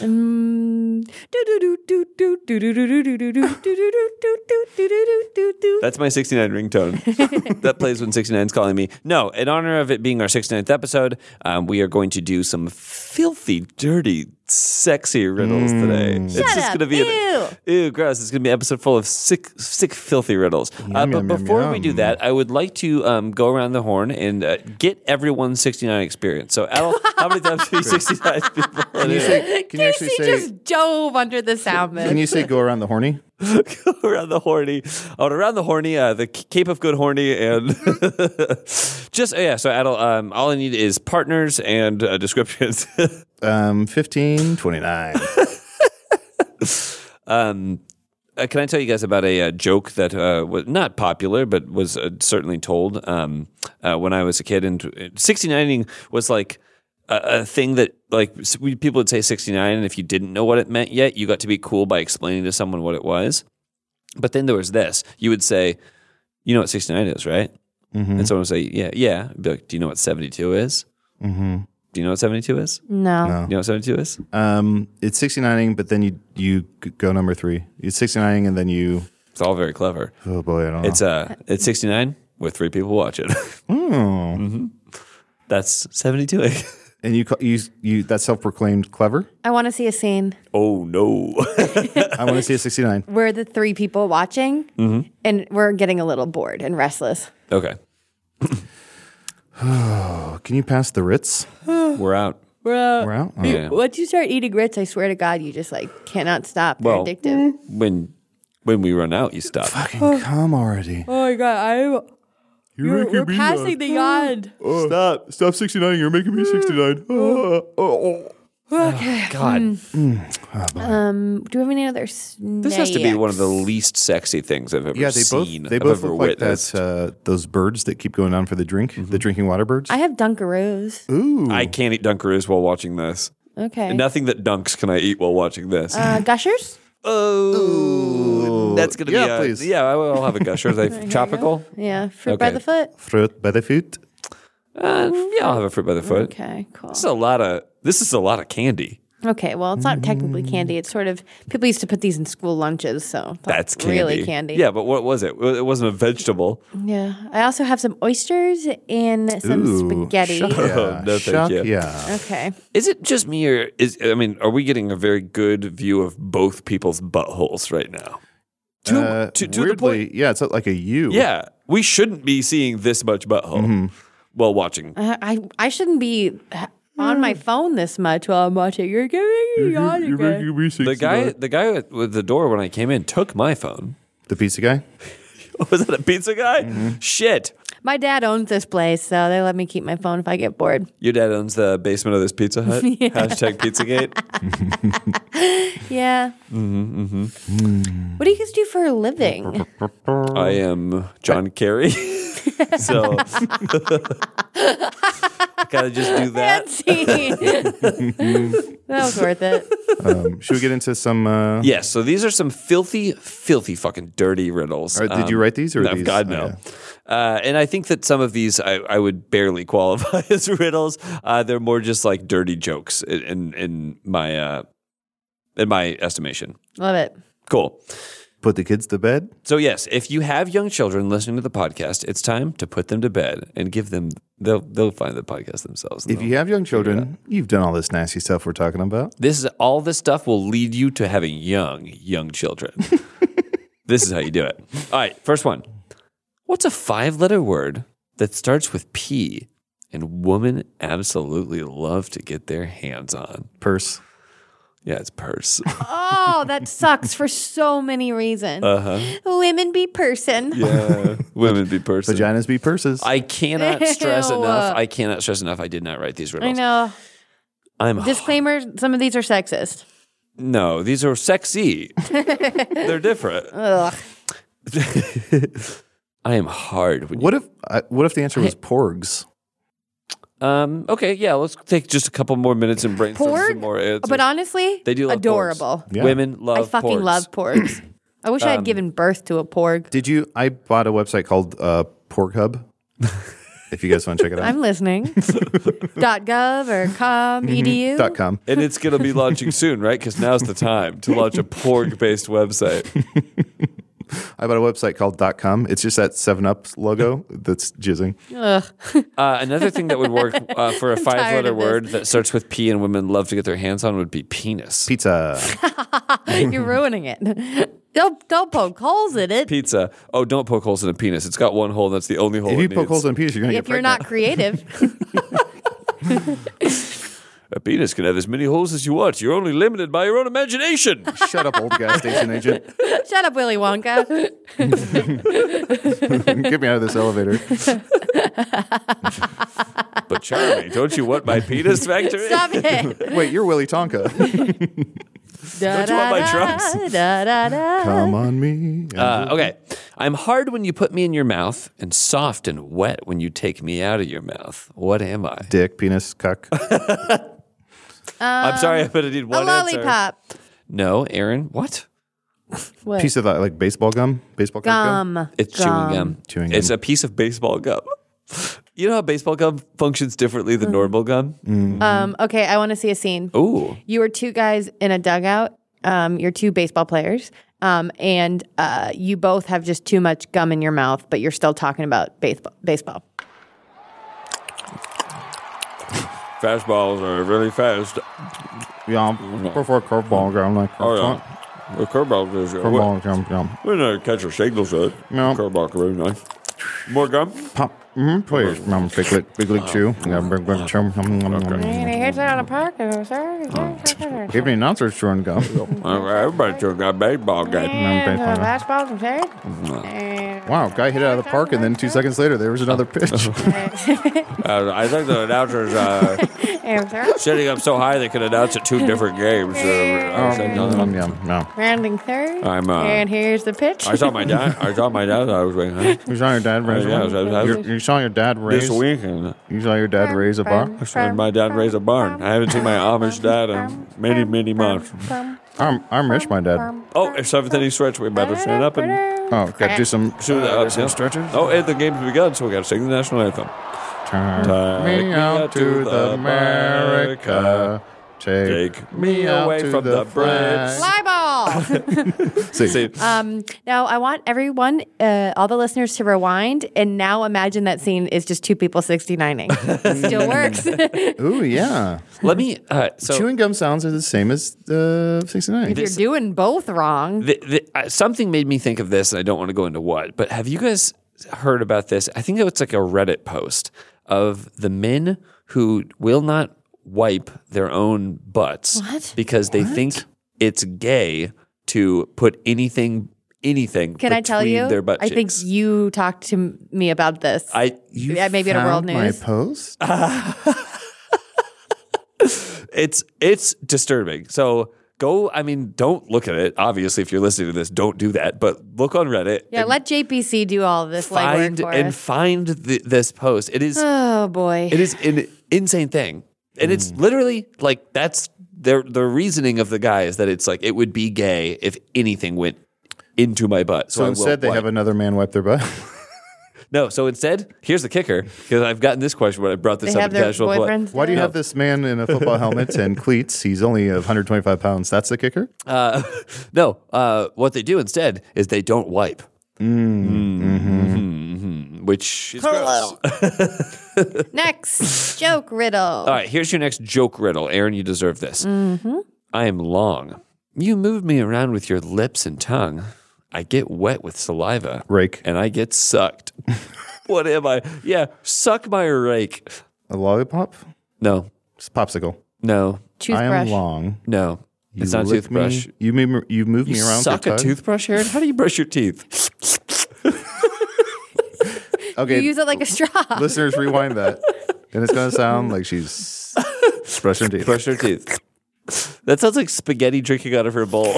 [SPEAKER 5] Um, do-do-do-do-do-do-do-do-do-do-do-do-do-do-do-do-do.
[SPEAKER 3] That's my 69 ringtone. that plays when 69's calling me. No, in honor of it being our 69th episode, um, we are going to do some filthy, dirty sexy riddles today.
[SPEAKER 2] Mm.
[SPEAKER 3] it's just
[SPEAKER 5] up.
[SPEAKER 3] gonna be an- ew, gross. It's gonna be an episode full of sick, sick, filthy riddles. uh, but
[SPEAKER 2] yum, yum,
[SPEAKER 3] before we do
[SPEAKER 2] yum.
[SPEAKER 3] that, I would like to um, go around the horn and uh, get everyone's 69 experience. So, Al, how many times have you 69 people?
[SPEAKER 2] Can you say? Can you actually
[SPEAKER 5] Casey
[SPEAKER 2] say?
[SPEAKER 5] just dove under the sound
[SPEAKER 2] Can
[SPEAKER 5] bed.
[SPEAKER 2] you say go around the horny?
[SPEAKER 3] around the horny, oh, around the horny, uh, the C- Cape of Good Horny, and just oh, yeah. So, Adel, um, all I need is partners and uh, descriptions.
[SPEAKER 2] Um, 15, 29.
[SPEAKER 3] Um, uh, can I tell you guys about a, uh joke that uh, was not popular, but was uh, certainly told um, uh, when I was a kid? And 69ing was like a, a thing that like s- we, people would say 69, and if you didn't know what it meant yet, you got to be cool by explaining to someone what it was. But then there was this: you would say, "You know what 69 is, right?" And someone would say, "Yeah, yeah." I'd be like, "Do you know what 72 is?
[SPEAKER 2] Mhm.
[SPEAKER 3] Do you know what 72 is? Do
[SPEAKER 5] no.
[SPEAKER 2] No.
[SPEAKER 3] you know what 72 is?"
[SPEAKER 2] Um, it's 69ing, but then you you g- go number three. It's 69ing, and then you.
[SPEAKER 3] It's all very clever.
[SPEAKER 2] Oh boy, I don't know.
[SPEAKER 3] It's uh, it's 69 with three people watching. Mm-hmm.
[SPEAKER 2] Mm.
[SPEAKER 3] That's 72.
[SPEAKER 2] And you ca- you you that's self proclaimed clever.
[SPEAKER 5] I want to see a scene
[SPEAKER 3] oh, no.
[SPEAKER 2] I want to see a 69.
[SPEAKER 5] where the three people watching
[SPEAKER 2] Mm-hmm.
[SPEAKER 5] and we're getting a little bored and restless.
[SPEAKER 3] okay.
[SPEAKER 2] Oh, can you pass the Ritz?
[SPEAKER 3] We're out.
[SPEAKER 5] Bro,
[SPEAKER 2] We're out.
[SPEAKER 3] Yeah.
[SPEAKER 5] once you start eating grits, I swear to God, you just like cannot stop. They're
[SPEAKER 3] Well,
[SPEAKER 2] Mm.
[SPEAKER 5] addictive.
[SPEAKER 3] When when we run out, you stop.
[SPEAKER 2] Fucking come already.
[SPEAKER 5] Oh my God, I. You're, we're passing the yard.
[SPEAKER 2] Stop. Stop 69. You're making me Oh, 69.
[SPEAKER 3] God.
[SPEAKER 2] Hmm.
[SPEAKER 5] Um, do we have any other? Snacks?
[SPEAKER 3] This has to be one of the least sexy things I've ever
[SPEAKER 2] Yeah, they both
[SPEAKER 3] seen.
[SPEAKER 2] they both
[SPEAKER 3] I've ever
[SPEAKER 2] look like
[SPEAKER 3] witnessed. Mm-hmm.
[SPEAKER 2] that uh, those birds that keep going down for the drink, the drinking water birds.
[SPEAKER 5] I have Dunkaroos.
[SPEAKER 2] Ooh.
[SPEAKER 3] I can't eat Dunkaroos while watching this.
[SPEAKER 5] Okay.
[SPEAKER 3] And Nothing that dunks can I eat while watching this.
[SPEAKER 5] Uh, gushers.
[SPEAKER 3] oh, that's gonna
[SPEAKER 2] Yeah,
[SPEAKER 3] be. A,
[SPEAKER 2] please.
[SPEAKER 3] Yeah, I will have a gusher. Is that tropical?
[SPEAKER 5] Yeah, fruit by
[SPEAKER 3] Okay.
[SPEAKER 5] the foot.
[SPEAKER 2] Fruit by the foot.
[SPEAKER 3] Uh, yeah, I'll have a fruit by the foot.
[SPEAKER 5] Okay, cool.
[SPEAKER 3] This is a lot of. This is a lot of candy.
[SPEAKER 5] Okay, well, it's not technically candy. It's sort of people used to put these in school lunches, so it's not
[SPEAKER 3] That's candy.
[SPEAKER 5] Oh, really candy.
[SPEAKER 3] Yeah, but what was it? It wasn't a vegetable.
[SPEAKER 5] Yeah. I also have some oysters and some
[SPEAKER 2] Ooh,
[SPEAKER 5] spaghetti.
[SPEAKER 2] Shuck, yeah.
[SPEAKER 3] Oh, No, thank
[SPEAKER 2] Shuck,
[SPEAKER 3] you.
[SPEAKER 2] yeah.
[SPEAKER 5] Okay.
[SPEAKER 3] Is it just me, or is I mean, are we getting a very good view of both people's buttholes right now? To,
[SPEAKER 2] Uh, weirdly, yeah, it's like a U.
[SPEAKER 3] yeah, we shouldn't be seeing this much butthole
[SPEAKER 2] Mm-hmm.
[SPEAKER 3] while watching.
[SPEAKER 5] I, Uh, I I shouldn't be on my phone this much while I'm watching. Mm. You're giving me yawn again.
[SPEAKER 3] The guy, the guy with- with the door when I came in took my phone.
[SPEAKER 2] The pizza guy.
[SPEAKER 3] Was that a pizza guy?
[SPEAKER 2] Mm-hmm.
[SPEAKER 3] Shit,
[SPEAKER 5] My dad owns this place, so they let me keep my phone if I get bored.
[SPEAKER 3] your dad owns the basement of this Pizza Hut. Hashtag PizzaGate.
[SPEAKER 5] Yeah. Mm-hmm,
[SPEAKER 3] Hmm.
[SPEAKER 5] What do you guys do for a living?
[SPEAKER 3] I am John Kerry, so gotta just do that.
[SPEAKER 5] Fancy. that was worth it.
[SPEAKER 2] Um, should we get into some uh,
[SPEAKER 3] Yes. So these are some filthy, filthy, fucking dirty riddles. Um,
[SPEAKER 2] All right, did you write these or are
[SPEAKER 3] no,
[SPEAKER 2] these-
[SPEAKER 3] God
[SPEAKER 2] oh,
[SPEAKER 3] no.
[SPEAKER 2] yeah.
[SPEAKER 3] Uh, and I think that some of these I, I would barely qualify as riddles. Uh, they're more just like dirty jokes in in, in my uh, in my estimation.
[SPEAKER 5] Love it.
[SPEAKER 3] Cool.
[SPEAKER 2] put the kids to bed?
[SPEAKER 3] So yes, if you have young children listening to the podcast, it's time to put them to bed and give them. They'll they'll find the podcast themselves.
[SPEAKER 2] If you have young children, you've done all this nasty stuff we're talking about.
[SPEAKER 3] This is all this stuff will lead you to having young, young children. this is how you do it. All right, first one. What's a five letter word that starts with P and women absolutely love to get their hands on?
[SPEAKER 2] Purse.
[SPEAKER 3] Yeah, it's purse.
[SPEAKER 5] Oh, that sucks for so many reasons.
[SPEAKER 3] Uh-huh.
[SPEAKER 5] Women be person.
[SPEAKER 3] Yeah. women be purse.
[SPEAKER 2] Vaginas be purses.
[SPEAKER 3] I cannot stress
[SPEAKER 5] Ew.
[SPEAKER 3] enough. I cannot stress enough. I did not write these riddles.
[SPEAKER 5] I know.
[SPEAKER 3] I'm
[SPEAKER 5] Disclaimer: Some of these are sexist.
[SPEAKER 3] No, these are sexy. They're different.
[SPEAKER 5] Ugh.
[SPEAKER 3] I am hard when you
[SPEAKER 2] what if I, what if the answer was porgs?
[SPEAKER 3] Um. Okay. Yeah. Let's take just a couple more minutes and brainstorm
[SPEAKER 5] Porg?
[SPEAKER 3] some more answers.
[SPEAKER 5] But honestly,
[SPEAKER 3] they do love porgs.
[SPEAKER 5] adorable.
[SPEAKER 2] Yeah.
[SPEAKER 3] Women love.
[SPEAKER 5] I fucking
[SPEAKER 3] porgs. Um,
[SPEAKER 5] love porgs. I wish I had given birth to a porg.
[SPEAKER 2] Did you? I bought a website called uh, Porg Hub. if you guys want to check it out,
[SPEAKER 5] I'm listening. Dot gov or
[SPEAKER 3] Mm-hmm.
[SPEAKER 5] com E edu.
[SPEAKER 2] dot com.
[SPEAKER 3] And it's going to be launching soon, right? Because now's the time to launch a porg-based website.
[SPEAKER 2] I bought a website called .com. It's just that Seven Up logo that's jizzing.
[SPEAKER 3] Uh, another thing that would work uh, for a five
[SPEAKER 5] tired
[SPEAKER 3] letter
[SPEAKER 5] of this.
[SPEAKER 3] word that starts with P and women love to get their hands on would be penis.
[SPEAKER 2] Pizza.
[SPEAKER 5] You're ruining it. Don't don't poke holes in it.
[SPEAKER 3] Pizza. Oh, don't poke holes in a penis. It's got one hole. That's the only hole.
[SPEAKER 2] if
[SPEAKER 3] it
[SPEAKER 2] you poke
[SPEAKER 3] needs.
[SPEAKER 2] holes in penis, you're gonna
[SPEAKER 5] if
[SPEAKER 2] get
[SPEAKER 5] you're
[SPEAKER 2] pregnant.
[SPEAKER 5] not creative,
[SPEAKER 3] a penis can have as many holes as you want. You're only limited by your own imagination.
[SPEAKER 2] Shut up, old gas station agent.
[SPEAKER 5] shut up, Willy Wonka.
[SPEAKER 2] Get me out of this elevator.
[SPEAKER 3] but Charlie, don't you want my penis factory?
[SPEAKER 5] Stop it.
[SPEAKER 2] Wait, you're Willy Tonka.
[SPEAKER 5] Da,
[SPEAKER 3] Don't you want my
[SPEAKER 5] da,
[SPEAKER 3] drums?
[SPEAKER 5] da, da, da.
[SPEAKER 2] Come on me.
[SPEAKER 3] Uh, okay. I'm hard when you put me in your mouth and soft and wet when you take me out of your mouth. What am I?
[SPEAKER 2] Dick, penis, cuck.
[SPEAKER 3] I'm sorry, but I need
[SPEAKER 5] Um, A
[SPEAKER 3] one answer.
[SPEAKER 5] lollipop.
[SPEAKER 3] No, Aaron. What?
[SPEAKER 5] What?
[SPEAKER 2] Piece of that, like baseball gum. Baseball card gum.
[SPEAKER 5] gum. Um,
[SPEAKER 3] It's chewing gum.
[SPEAKER 2] Chewing
[SPEAKER 3] It's
[SPEAKER 2] gum.
[SPEAKER 3] a piece of baseball gum. You know how baseball gum functions differently
[SPEAKER 5] Mm.
[SPEAKER 3] than normal gum?
[SPEAKER 2] Mm.
[SPEAKER 5] Um,
[SPEAKER 3] Mm-hmm.
[SPEAKER 5] okay, I want to see a scene.
[SPEAKER 3] Ooh.
[SPEAKER 5] You were two guys in a dugout. Um, you're two baseball players, um, and uh, you both have just too much gum in your mouth, but you're still talking about baseball. Baseball.
[SPEAKER 3] Fastballs are really fast.
[SPEAKER 2] Yeah, prefer curveball gum. Like
[SPEAKER 3] Oh, yeah. The curveball is uh,
[SPEAKER 2] curveball gum. Gum.
[SPEAKER 3] When a catcher signals it,
[SPEAKER 2] No.
[SPEAKER 3] curveball can be nice. More gum?
[SPEAKER 2] Pop. Mm-hmm. Please, um, big lick, big
[SPEAKER 3] Oh,
[SPEAKER 2] lick chew. Yeah, big lick chew. Nom, nom, nom, nom. Give me an announcer chewing gum.
[SPEAKER 3] Everybody took a baseball game.
[SPEAKER 2] Wow, guy hit it out of the park, and then two seconds later, there was another pitch.
[SPEAKER 3] Uh, I think the announcers uh, sitting up so high they could announce it two different games. Uh,
[SPEAKER 2] Um, Yum, yum, yum.
[SPEAKER 5] Rounding third.
[SPEAKER 3] I'm, uh,
[SPEAKER 5] and here's the pitch.
[SPEAKER 3] I saw my dad. I saw my dad. I was like, huh?
[SPEAKER 2] You saw your dad raise.
[SPEAKER 3] Uh, yeah,
[SPEAKER 2] one?
[SPEAKER 3] I- I-
[SPEAKER 2] you, you saw your dad raise.
[SPEAKER 3] this weekend.
[SPEAKER 2] You saw your dad raise a bar.
[SPEAKER 3] And my dad raised a barn. I haven't seen my Amish dad in many, many months.
[SPEAKER 2] I'm, I'm rich, my dad.
[SPEAKER 3] Oh, if seventh inning stretch, we better stand up and
[SPEAKER 2] Oh, gotta do some.
[SPEAKER 3] shoot it
[SPEAKER 2] uh,
[SPEAKER 3] up.
[SPEAKER 2] some stretches.
[SPEAKER 3] Oh, and the game's begun, so we got to sing the national anthem.
[SPEAKER 2] Take me out to the America. Take,
[SPEAKER 3] Take me away
[SPEAKER 2] to
[SPEAKER 3] from the Brits.
[SPEAKER 2] flag.
[SPEAKER 5] Fly ball.
[SPEAKER 2] See,
[SPEAKER 5] Um, now, I want everyone, uh, all the listeners, to rewind and now imagine that scene is just two people 69ing. It still works. if
[SPEAKER 2] ooh, yeah.
[SPEAKER 3] Let me. Uh, so
[SPEAKER 2] Chewing gum sounds are the same as the 69.
[SPEAKER 5] you're doing both wrong.
[SPEAKER 3] the, the, uh, something made me think of this, and I don't want to go into what, but have you guys heard about this? I think it's like a Reddit post of the men who will not wipe their own butts
[SPEAKER 5] What?
[SPEAKER 3] because they think it's gay to put anything, anything.
[SPEAKER 5] Can I tell
[SPEAKER 3] between
[SPEAKER 5] you?
[SPEAKER 3] Their butt
[SPEAKER 5] I think
[SPEAKER 3] cheeks.
[SPEAKER 5] you talked to m- me about this.
[SPEAKER 3] I
[SPEAKER 2] You
[SPEAKER 5] Yeah, maybe in a world
[SPEAKER 2] found my
[SPEAKER 5] news.
[SPEAKER 2] post?
[SPEAKER 3] it's it's disturbing. So go. I mean, don't look at it. Obviously, if you're listening to this, don't do that. But look on Reddit.
[SPEAKER 5] yeah,
[SPEAKER 3] and
[SPEAKER 5] let JPC do all this legwork
[SPEAKER 3] find
[SPEAKER 5] for
[SPEAKER 3] and
[SPEAKER 5] us.
[SPEAKER 3] find the, this post. It is
[SPEAKER 5] oh, boy.
[SPEAKER 3] it is an insane thing, and it's
[SPEAKER 2] Mm.
[SPEAKER 3] literally like that's their the reasoning of the guy is that it's like it would be gay if anything went into my butt. So,
[SPEAKER 2] So
[SPEAKER 3] I
[SPEAKER 2] instead, they
[SPEAKER 3] won't
[SPEAKER 2] have
[SPEAKER 3] wipe.
[SPEAKER 2] another man wipe their butt.
[SPEAKER 3] no. So instead, here's the kicker because I've gotten this question when I brought this
[SPEAKER 5] they
[SPEAKER 3] up
[SPEAKER 5] have
[SPEAKER 3] in
[SPEAKER 5] their
[SPEAKER 3] casual play.
[SPEAKER 5] boyfriends.
[SPEAKER 2] Why do you
[SPEAKER 5] do
[SPEAKER 2] have this man in a football helmet and cleats? He's only 125 pounds. That's the kicker?
[SPEAKER 3] Uh, no, uh, what they do instead is they don't wipe.
[SPEAKER 2] mm-hmm.
[SPEAKER 3] Mm. hmm Which is gross.
[SPEAKER 5] it? Next joke riddle.
[SPEAKER 3] All right, here's your next joke riddle. Aaron, you deserve this. Mm-hmm. I am long. You move me around with your lips and tongue. I get wet with saliva.
[SPEAKER 2] Rake.
[SPEAKER 3] And I get sucked. what am I? Yeah, suck my rake.
[SPEAKER 2] A lollipop?
[SPEAKER 3] No,
[SPEAKER 2] It's a popsicle.
[SPEAKER 3] no,
[SPEAKER 5] Toothbrush.
[SPEAKER 2] I am long.
[SPEAKER 3] no.
[SPEAKER 2] You
[SPEAKER 3] it's not a
[SPEAKER 2] lick
[SPEAKER 3] toothbrush.
[SPEAKER 2] Me, you, move, you move
[SPEAKER 3] You
[SPEAKER 2] me around. with your
[SPEAKER 3] suck a
[SPEAKER 2] tongue?
[SPEAKER 3] toothbrush, Aaron? How do you brush your teeth?
[SPEAKER 2] Okay.
[SPEAKER 5] You use it like a straw.
[SPEAKER 2] Listeners, rewind that. And it's going to sound like she's brushing teeth.
[SPEAKER 3] Brush her teeth. That sounds like spaghetti drinking out of her bowl.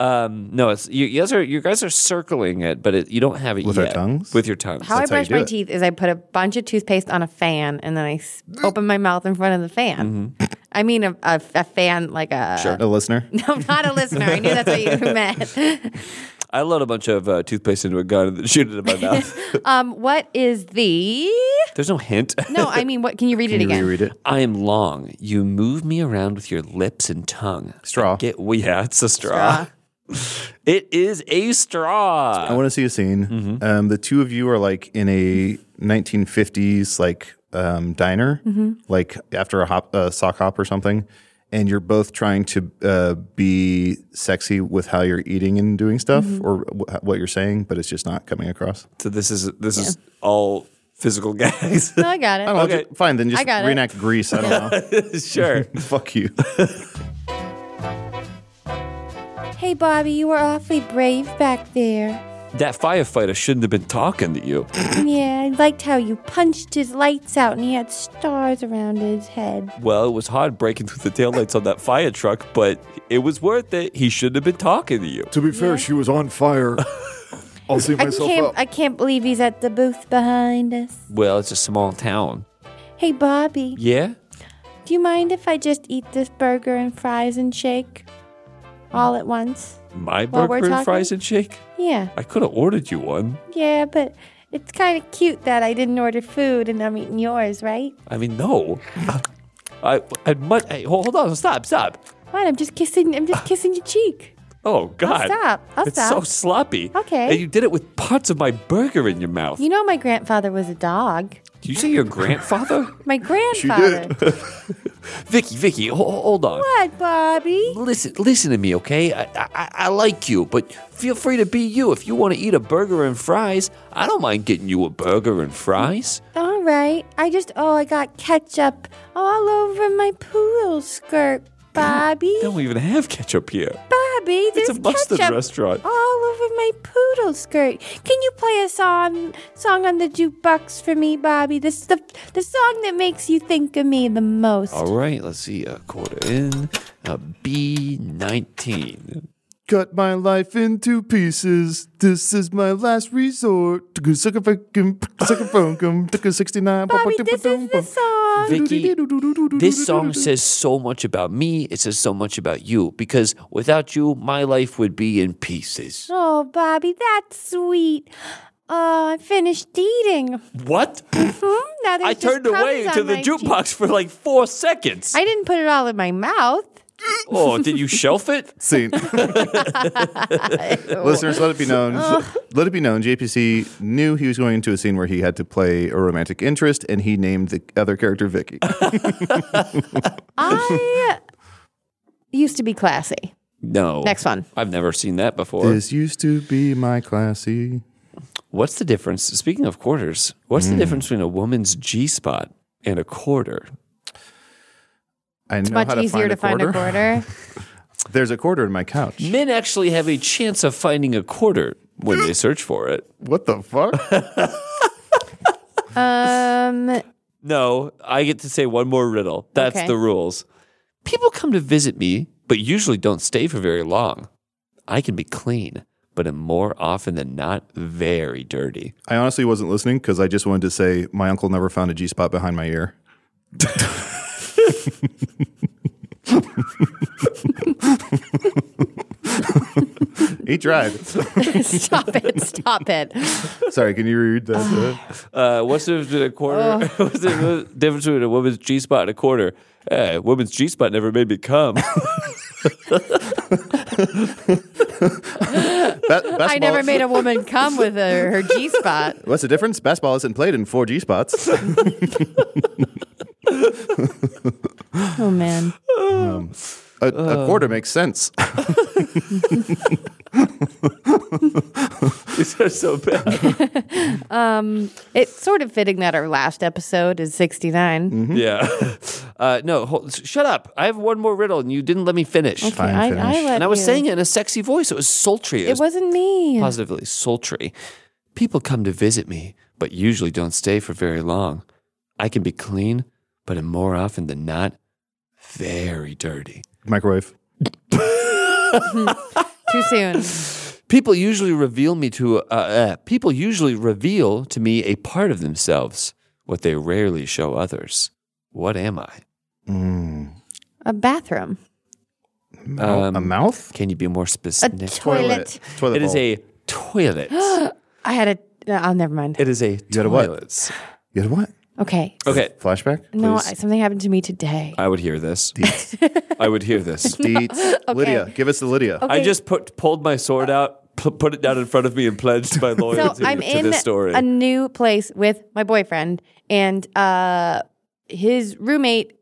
[SPEAKER 3] um, no, it's you, you guys are you guys are circling it, but it, you don't have it
[SPEAKER 2] With our
[SPEAKER 3] yet.
[SPEAKER 2] tongues?
[SPEAKER 3] With your tongues.
[SPEAKER 5] How I
[SPEAKER 2] That's how you
[SPEAKER 5] brush
[SPEAKER 2] do
[SPEAKER 5] my
[SPEAKER 2] it.
[SPEAKER 5] teeth is I put a bunch of toothpaste on a fan and then I s- open my mouth in front of the fan.
[SPEAKER 2] Mm-hmm.
[SPEAKER 5] I mean, a, a, a fan like a.
[SPEAKER 2] A listener?
[SPEAKER 5] No, I'm not a listener. I knew that's what you meant.
[SPEAKER 3] I load a bunch of uh, toothpaste into a gun and then shoot it in my mouth.
[SPEAKER 5] Um, what is the?
[SPEAKER 3] There's no hint.
[SPEAKER 5] No, I mean, what? Can you read it
[SPEAKER 2] Can you
[SPEAKER 5] again?
[SPEAKER 2] reread it?
[SPEAKER 3] I am long. You move me around with your lips and tongue.
[SPEAKER 2] Straw.
[SPEAKER 3] Get well, yeah, it's a straw. It is a straw.
[SPEAKER 2] I want to see a scene. Um, the two of you are like in a 1950s like um, diner,
[SPEAKER 5] Mm-hmm.
[SPEAKER 2] like after a hop, uh, sock hop or something, and you're both trying to uh, be sexy with how you're eating and doing stuff
[SPEAKER 5] Mm-hmm.
[SPEAKER 2] or wh- what you're saying, but it's just not coming across.
[SPEAKER 3] So this is this is all physical guys.
[SPEAKER 5] I got it.
[SPEAKER 2] I don't know,
[SPEAKER 3] Okay.
[SPEAKER 2] ju- fine. Then just
[SPEAKER 5] I got it.
[SPEAKER 2] reenact Greece. I don't know.
[SPEAKER 3] sure.
[SPEAKER 2] Fuck you.
[SPEAKER 6] Hey, Bobby, you were awfully brave back there.
[SPEAKER 3] That firefighter shouldn't have been talking to you.
[SPEAKER 6] Yeah, I liked how you punched his lights out and he had stars around his head.
[SPEAKER 3] Well, it was hard breaking through the taillights on that fire truck, but it was worth it. He shouldn't have been talking to you.
[SPEAKER 7] To be fair, she was on fire. I'll see
[SPEAKER 6] I
[SPEAKER 7] myself
[SPEAKER 6] can't,
[SPEAKER 7] up.
[SPEAKER 6] I can't believe he's at the booth behind us.
[SPEAKER 3] Well, it's a small town.
[SPEAKER 6] Hey, Bobby,
[SPEAKER 3] Yeah?
[SPEAKER 6] do you mind if I just eat this burger and fries and shake all at once?
[SPEAKER 3] My
[SPEAKER 6] While we're
[SPEAKER 3] burger and fries
[SPEAKER 6] talking?
[SPEAKER 3] and shake?
[SPEAKER 6] Yeah,
[SPEAKER 3] I could have ordered you one.
[SPEAKER 6] yeah, but it's kind of cute that I didn't order food and I'm eating yours, right?
[SPEAKER 3] I mean, no. I, I'd much. Hey, hold hold on. Stop, stop.
[SPEAKER 6] What? I'm just kissing. I'm just kissing your cheek.
[SPEAKER 3] Oh, God.
[SPEAKER 6] stop. I'll
[SPEAKER 3] it's so
[SPEAKER 6] stop.
[SPEAKER 3] sloppy.
[SPEAKER 6] Okay.
[SPEAKER 3] And you did it with parts of my burger in your mouth.
[SPEAKER 5] You know, my grandfather was a dog.
[SPEAKER 3] Did you say your grandfather?
[SPEAKER 5] My grandfather.
[SPEAKER 3] Vicky, Vicky, ho- ho- hold on.
[SPEAKER 6] What, Bobby?
[SPEAKER 3] Listen, listen to me, okay? I, I, I- I like you, but feel free to be you. If you want to eat a burger and fries, I don't mind getting you a burger and fries.
[SPEAKER 6] All right. I just oh, I got ketchup all over my poodle skirt, Bobby.
[SPEAKER 3] They don't even have ketchup here.
[SPEAKER 6] Bobby,
[SPEAKER 3] It's
[SPEAKER 6] there's
[SPEAKER 3] a mustard
[SPEAKER 6] ketchup
[SPEAKER 3] restaurant.
[SPEAKER 6] all over my poodle skirt. Can you play a song song on the jukebox for me, Bobby? This is the the song that makes you think of me the most.
[SPEAKER 3] All right, let's see. A quarter in, a B nineteen.
[SPEAKER 2] Cut my life into pieces. This is my last resort. Sucker phone, sucker phone, come take a 69.
[SPEAKER 6] Bobby, this is the song.
[SPEAKER 3] Vicky, this song says so much about me. It says so much about you because without you, my life would be in pieces.
[SPEAKER 6] Oh, Bobby, that's sweet. Oh, I finished eating.
[SPEAKER 3] What?
[SPEAKER 6] Hmm, now there's
[SPEAKER 3] I
[SPEAKER 6] just
[SPEAKER 3] turned away
[SPEAKER 6] crumbs
[SPEAKER 3] to
[SPEAKER 6] on
[SPEAKER 3] the
[SPEAKER 6] my
[SPEAKER 3] jukebox for like four seconds.
[SPEAKER 5] I didn't put it all in my mouth.
[SPEAKER 3] oh, did you shelf it?
[SPEAKER 2] Scene. Listeners, let it be known. let it be known. JPC knew he was going into a scene where he had to play a romantic interest, and he named the other character Vicky.
[SPEAKER 5] I used to be classy.
[SPEAKER 3] No.
[SPEAKER 5] Next one.
[SPEAKER 3] I've never seen that before.
[SPEAKER 2] this used to be my classy.
[SPEAKER 3] What's the difference? Speaking of quarters, what's the difference between a woman's G spot and a quarter?
[SPEAKER 2] I know
[SPEAKER 5] Much
[SPEAKER 2] how to,
[SPEAKER 5] easier
[SPEAKER 2] find,
[SPEAKER 5] to
[SPEAKER 2] a
[SPEAKER 5] find
[SPEAKER 2] quarter.
[SPEAKER 5] a quarter.
[SPEAKER 2] There's a quarter in my couch.
[SPEAKER 3] Men actually have a chance of finding a quarter when they search for it.
[SPEAKER 2] What the fuck?
[SPEAKER 5] um,
[SPEAKER 3] No, I get to say one more riddle. That's
[SPEAKER 5] Okay.
[SPEAKER 3] the rules. People come to visit me, but usually don't stay for very long. I can be clean, but am more often than not very dirty.
[SPEAKER 2] I honestly wasn't listening because I just wanted to say my uncle never found a G spot behind my ear. he tried.
[SPEAKER 5] stop it. Stop it.
[SPEAKER 2] Sorry, can you read that?
[SPEAKER 3] Uh, what's the difference between a quarter? what's the difference between a woman's G spot and a quarter? Hey, a woman's G spot never made me come.
[SPEAKER 2] Ba- basketball-
[SPEAKER 5] I never made a woman come with her, her G spot.
[SPEAKER 2] What's the difference? Basketball isn't played in four G spots.
[SPEAKER 5] Oh, man.
[SPEAKER 2] A, a quarter makes sense.
[SPEAKER 3] These are so bad.
[SPEAKER 5] It's sort of fitting that our last episode is 69.
[SPEAKER 3] yeah. Uh, no, hold, shut up. I have one more riddle, and you didn't let me finish.
[SPEAKER 2] Fine,
[SPEAKER 5] I,
[SPEAKER 2] finish.
[SPEAKER 5] I let
[SPEAKER 3] And I was
[SPEAKER 5] you.
[SPEAKER 3] saying it in a sexy voice. It was sultry. It,
[SPEAKER 5] it
[SPEAKER 3] was
[SPEAKER 5] wasn't me.
[SPEAKER 3] positively sultry. People come to visit me, but usually don't stay for very long. I can be clean, but am more often than not very dirty.
[SPEAKER 2] Microwave.
[SPEAKER 5] Too soon.
[SPEAKER 3] People usually reveal me to uh, uh, people usually reveal to me a part of themselves, what they rarely show others. What am I?
[SPEAKER 2] Mm.
[SPEAKER 5] A bathroom.
[SPEAKER 2] Mou-
[SPEAKER 3] Um,
[SPEAKER 2] a mouth?
[SPEAKER 3] Can you be more specific?
[SPEAKER 6] Toilet.
[SPEAKER 2] Toilet.
[SPEAKER 3] It is
[SPEAKER 2] bowl.
[SPEAKER 3] a toilet.
[SPEAKER 5] I had a. I'll never mind.
[SPEAKER 3] it is a
[SPEAKER 2] had a what?
[SPEAKER 3] toilet.
[SPEAKER 2] You had what?
[SPEAKER 5] A Okay.
[SPEAKER 3] Okay.
[SPEAKER 2] Flashback?
[SPEAKER 5] No, I,
[SPEAKER 2] please.
[SPEAKER 5] something happened to me today.
[SPEAKER 3] I would hear this. I would hear this.
[SPEAKER 2] Deets. Lydia, give us the Lydia.
[SPEAKER 3] I just put pulled my sword out, pu- put it down in front of me, and pledged my
[SPEAKER 5] so
[SPEAKER 3] loyalty
[SPEAKER 5] I'm
[SPEAKER 3] to
[SPEAKER 5] in
[SPEAKER 3] this story.
[SPEAKER 5] a new place with my boyfriend and uh, his roommate.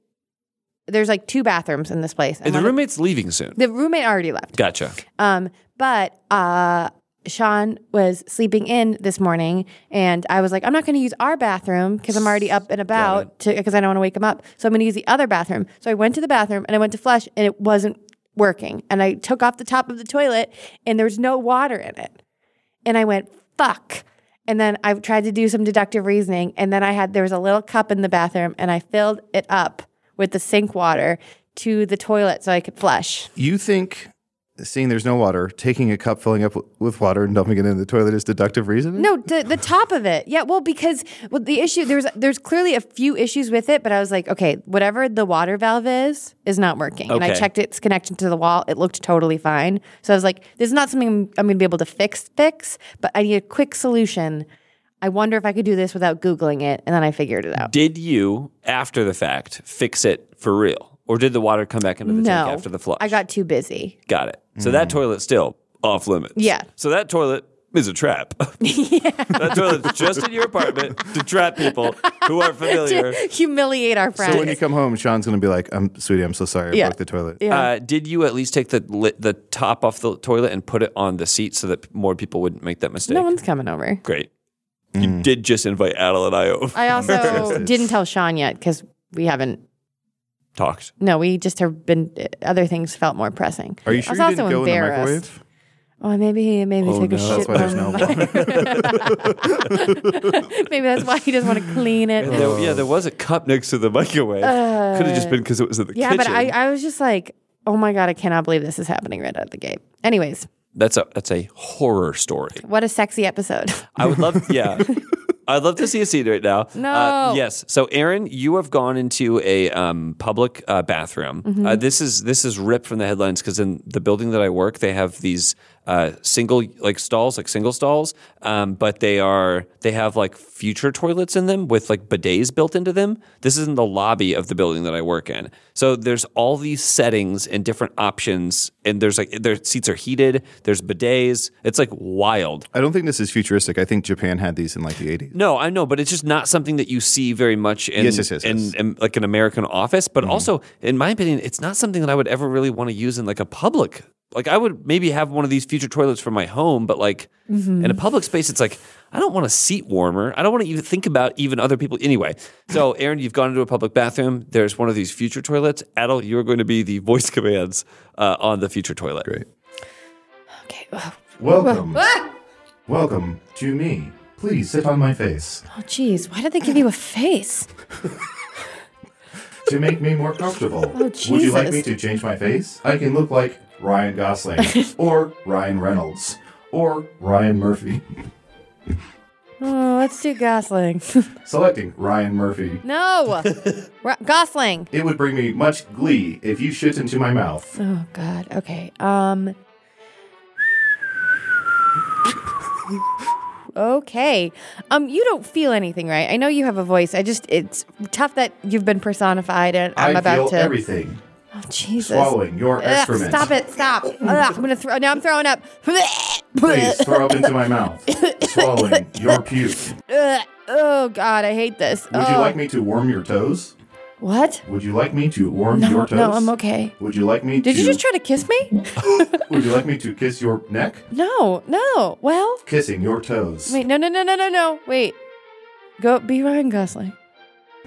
[SPEAKER 5] There's like two bathrooms in this place.
[SPEAKER 3] and the
[SPEAKER 5] one of-
[SPEAKER 3] roommate's leaving soon.
[SPEAKER 5] the roommate already left.
[SPEAKER 3] Gotcha.
[SPEAKER 5] Um, but uh, Sean was sleeping in this morning, and I was like, I'm not going to use our bathroom because I'm already up and about because I don't want to wake him up. So I'm going to use the other bathroom. So I went to the bathroom and I went to flush, and it wasn't working. And I took off the top of the toilet, and there was no water in it. And I went, fuck. And then I tried to do some deductive reasoning, and then I had there was a little cup in the bathroom, and I filled it up with the sink water to the toilet so I could flush.
[SPEAKER 2] You think seeing there's no water, taking a cup, filling up w- with water, and dumping it in the toilet is deductive reasoning?
[SPEAKER 5] No, the, the top of it. Yeah, well, because well, the issue there's there's clearly a few issues with it, but I was like, okay, whatever the water valve is is not working, and I
[SPEAKER 3] Okay.
[SPEAKER 5] checked its connection to the wall. It looked totally fine, so I was like, this is not something I'm, I'm going to be able to fix. Fix, but I need a quick solution. I wonder if I could do this without googling it, and then I figured it out.
[SPEAKER 3] Did you, after the fact, fix it for real? Or did the water come back into the tank
[SPEAKER 5] no,
[SPEAKER 3] after the flush?
[SPEAKER 5] I got too busy.
[SPEAKER 3] Got it. So that toilet's still off limits.
[SPEAKER 5] Yeah.
[SPEAKER 3] So that toilet is a trap. that toilet's just in your apartment to trap people who are familiar.
[SPEAKER 5] Humiliate our friends.
[SPEAKER 2] So when you come home, Sean's going to be like, "I'm sweetie, I'm so sorry, I
[SPEAKER 5] Yeah.
[SPEAKER 2] broke the toilet."
[SPEAKER 3] Uh, did you at least take the li- the top off the toilet and put it on the seat so that p- more people wouldn't make that mistake?
[SPEAKER 5] no one's coming over.
[SPEAKER 3] Great. You did just invite Adel and I over.
[SPEAKER 5] I also
[SPEAKER 2] Jesus.
[SPEAKER 5] didn't tell Sean yet because we haven't
[SPEAKER 3] Talked.
[SPEAKER 5] No, we just have been. Other things felt more pressing.
[SPEAKER 2] Are you
[SPEAKER 5] I
[SPEAKER 2] sure
[SPEAKER 5] was
[SPEAKER 2] you
[SPEAKER 5] also
[SPEAKER 2] didn't go in the
[SPEAKER 5] embarrassed.
[SPEAKER 2] microwave?
[SPEAKER 5] Oh, maybe he maybe he took a
[SPEAKER 2] That's
[SPEAKER 5] shit.
[SPEAKER 2] why there's
[SPEAKER 5] from-
[SPEAKER 2] no water.
[SPEAKER 5] maybe that's why he doesn't want to clean it.
[SPEAKER 3] And there, yeah, there was a cup next to the microwave. Could have just been because it was in the
[SPEAKER 5] Uh, yeah,
[SPEAKER 3] kitchen.
[SPEAKER 5] but I, I was just like, oh my god, I cannot believe this is happening right out of the gate. Anyways,
[SPEAKER 3] that's a that's a horror story.
[SPEAKER 5] what a sexy episode.
[SPEAKER 3] I would love, yeah. I'd love to see a scene right now. Uh,
[SPEAKER 5] No.
[SPEAKER 3] yes. So, Aaron, you have gone into a um, public uh, bathroom. Uh, this is this is ripped from the headlines because in the building that I work, they have these uh, single like stalls, like single stalls, um, but they are they have like future toilets in them with like bidets built into them. This is in the lobby of the building that I work in. So there's all these settings and different options, and there's like their seats are heated. There's bidets. It's like wild.
[SPEAKER 2] I don't think this is futuristic. I think Japan had these in like the 80s.
[SPEAKER 3] No, I know, but it's just not something that you see very much in,
[SPEAKER 2] Yes, yes, yes,
[SPEAKER 3] in,
[SPEAKER 2] yes. Mm-hmm.
[SPEAKER 3] in, like an American office. But also, in my opinion, it's not something that I would ever really want to use in like a public. Like I would maybe have one of these future toilets for my home, but like in a public space, it's like I don't want a seat warmer. I don't want to even think about even other people anyway. So, Aaron, you've gone into a public bathroom. There's one of these future toilets. Adel, you are going to be the voice commands uh, on the future toilet.
[SPEAKER 2] Great.
[SPEAKER 5] okay, oh
[SPEAKER 2] Welcome.
[SPEAKER 5] Ah!
[SPEAKER 2] Welcome to me. Please sit on my face
[SPEAKER 5] oh, jeez, why did they give you a face?
[SPEAKER 2] to make me more comfortable. Would you
[SPEAKER 5] Oh, Jesus.
[SPEAKER 2] like me to change my face? I can look like Ryan Gosling or Ryan Reynolds or Ryan Murphy.
[SPEAKER 5] Oh, let's do Gosling.
[SPEAKER 2] Selecting Ryan Murphy.
[SPEAKER 5] no, Ro- Gosling.
[SPEAKER 2] It would bring me much glee if you shit into my mouth.
[SPEAKER 5] Oh God. Okay. Um. okay. Um. You don't feel anything, right? I know you have a voice. I just it's tough that you've been personified, and I'm
[SPEAKER 2] I
[SPEAKER 5] about
[SPEAKER 2] feel
[SPEAKER 5] to.
[SPEAKER 2] everything.
[SPEAKER 5] oh Jesus!
[SPEAKER 2] Swallowing your
[SPEAKER 5] Ugh,
[SPEAKER 2] excrement.
[SPEAKER 5] stop it! Stop! Ugh, I'm gonna throw. Now I'm throwing up.
[SPEAKER 2] Please throw up into my mouth. Swallowing your puke.
[SPEAKER 5] Ugh, oh God! I hate this.
[SPEAKER 2] Would
[SPEAKER 5] oh.
[SPEAKER 2] you like me to warm your toes?
[SPEAKER 5] What?
[SPEAKER 2] Would you like me to warm
[SPEAKER 5] No,
[SPEAKER 2] your toes?
[SPEAKER 5] no, I'm okay.
[SPEAKER 2] Would you like me
[SPEAKER 5] Did
[SPEAKER 2] to
[SPEAKER 5] you just try to kiss me?
[SPEAKER 2] Would you like me to kiss your neck?
[SPEAKER 5] No, no. Well,
[SPEAKER 2] Kissing your toes.
[SPEAKER 5] wait, no, no, no, no, no, no. Wait. Go be Ryan Gosling.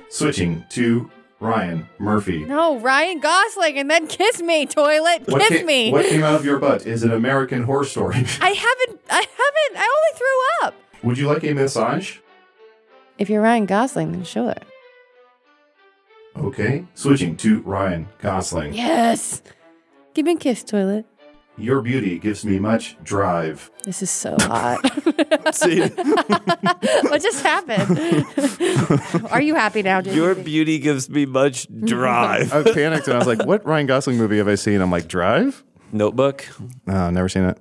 [SPEAKER 2] Switching to Ryan Murphy.
[SPEAKER 5] No, Ryan Gosling, and then kiss me, toilet,
[SPEAKER 2] What
[SPEAKER 5] kiss
[SPEAKER 2] ca-
[SPEAKER 5] me.
[SPEAKER 2] What came out of your butt is an American horror story.
[SPEAKER 5] I haven't, I haven't, I only threw up.
[SPEAKER 2] Would you like a massage?
[SPEAKER 5] If you're Ryan Gosling, then sure.
[SPEAKER 2] Okay. Switching to Ryan Gosling.
[SPEAKER 5] Yes. Give me a kiss, toilet.
[SPEAKER 2] Your beauty gives me much drive.
[SPEAKER 5] This is so hot.
[SPEAKER 3] See,
[SPEAKER 5] what just happened? Are you happy now, Jason?
[SPEAKER 3] your beauty gives me much drive.
[SPEAKER 2] I panicked and I was like, "What Ryan Gosling movie have I seen?" I'm like, "Drive."
[SPEAKER 3] Notebook.
[SPEAKER 2] No, never seen it.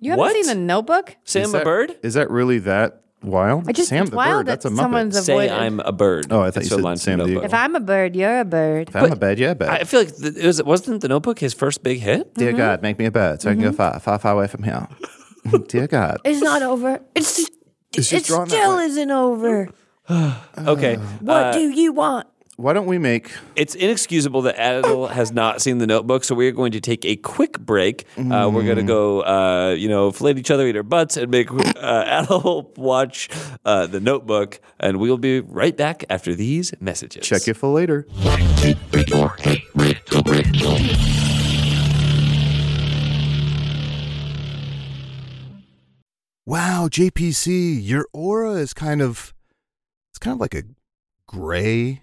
[SPEAKER 5] you haven't
[SPEAKER 3] What?
[SPEAKER 5] seen The Notebook?
[SPEAKER 3] Sam a bird.
[SPEAKER 2] Is that really that Wild?
[SPEAKER 8] I just
[SPEAKER 2] Sam
[SPEAKER 8] it's
[SPEAKER 2] the
[SPEAKER 8] wild
[SPEAKER 2] bird. That's a
[SPEAKER 8] that
[SPEAKER 2] Muppet.
[SPEAKER 8] someone's
[SPEAKER 9] Say
[SPEAKER 8] avoided.
[SPEAKER 9] I'm a bird.
[SPEAKER 2] Oh, I thought
[SPEAKER 9] It's
[SPEAKER 2] you
[SPEAKER 9] a
[SPEAKER 2] said
[SPEAKER 9] line from
[SPEAKER 2] Sam
[SPEAKER 9] the
[SPEAKER 2] Diego.
[SPEAKER 9] Notebook.
[SPEAKER 8] if I'm a bird, you're a bird.
[SPEAKER 2] If I'm a bad, yeah, bad.
[SPEAKER 9] I feel like th- it was wasn't the Notebook his first big hit.
[SPEAKER 2] Dear
[SPEAKER 8] Mm-hmm.
[SPEAKER 2] God, make me a bird so I can go far, far, far away from here. Dear God.
[SPEAKER 5] It's not over. It's just,
[SPEAKER 2] It's just
[SPEAKER 5] it
[SPEAKER 2] drawn that
[SPEAKER 5] still
[SPEAKER 2] way.
[SPEAKER 5] isn't over.
[SPEAKER 2] Uh,
[SPEAKER 9] Okay,
[SPEAKER 5] What do you want?
[SPEAKER 2] Why don't we make
[SPEAKER 9] it's inexcusable that Adel has not seen the Notebook, so we are going to take a quick break. Uh, we're
[SPEAKER 2] Mm.
[SPEAKER 9] going to go, uh, you know, flay each other, eat our butts, and make uh, Adel watch uh, the Notebook, and we'll be right back after these messages.
[SPEAKER 2] check it for later?
[SPEAKER 10] wow, JPC, your aura is kind of it's kind of like a gray,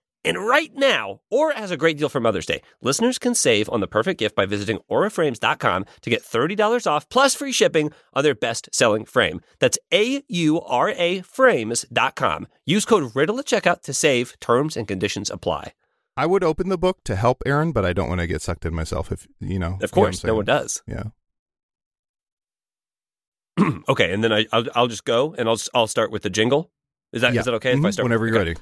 [SPEAKER 3] And right now, Aura has a great deal for Mother's Day. Listeners can save on the perfect gift by visiting auraframes.com to get $30 off plus free shipping on their best selling frame. That's A U R A frames.com. Use code RIDDLE at checkout to save. Terms and conditions apply.
[SPEAKER 10] I would open the book to help Aaron, but I don't want to get sucked in myself. If you know,
[SPEAKER 3] Of course, no one does.
[SPEAKER 10] Yeah.
[SPEAKER 3] okay, and then I I'll, I'll just go and I'll s- I'll start with the jingle. Is that is
[SPEAKER 10] Yeah.
[SPEAKER 3] that okay if I
[SPEAKER 10] Mhm.
[SPEAKER 3] start
[SPEAKER 10] Whenever
[SPEAKER 3] with,
[SPEAKER 10] you're
[SPEAKER 3] okay.
[SPEAKER 10] ready.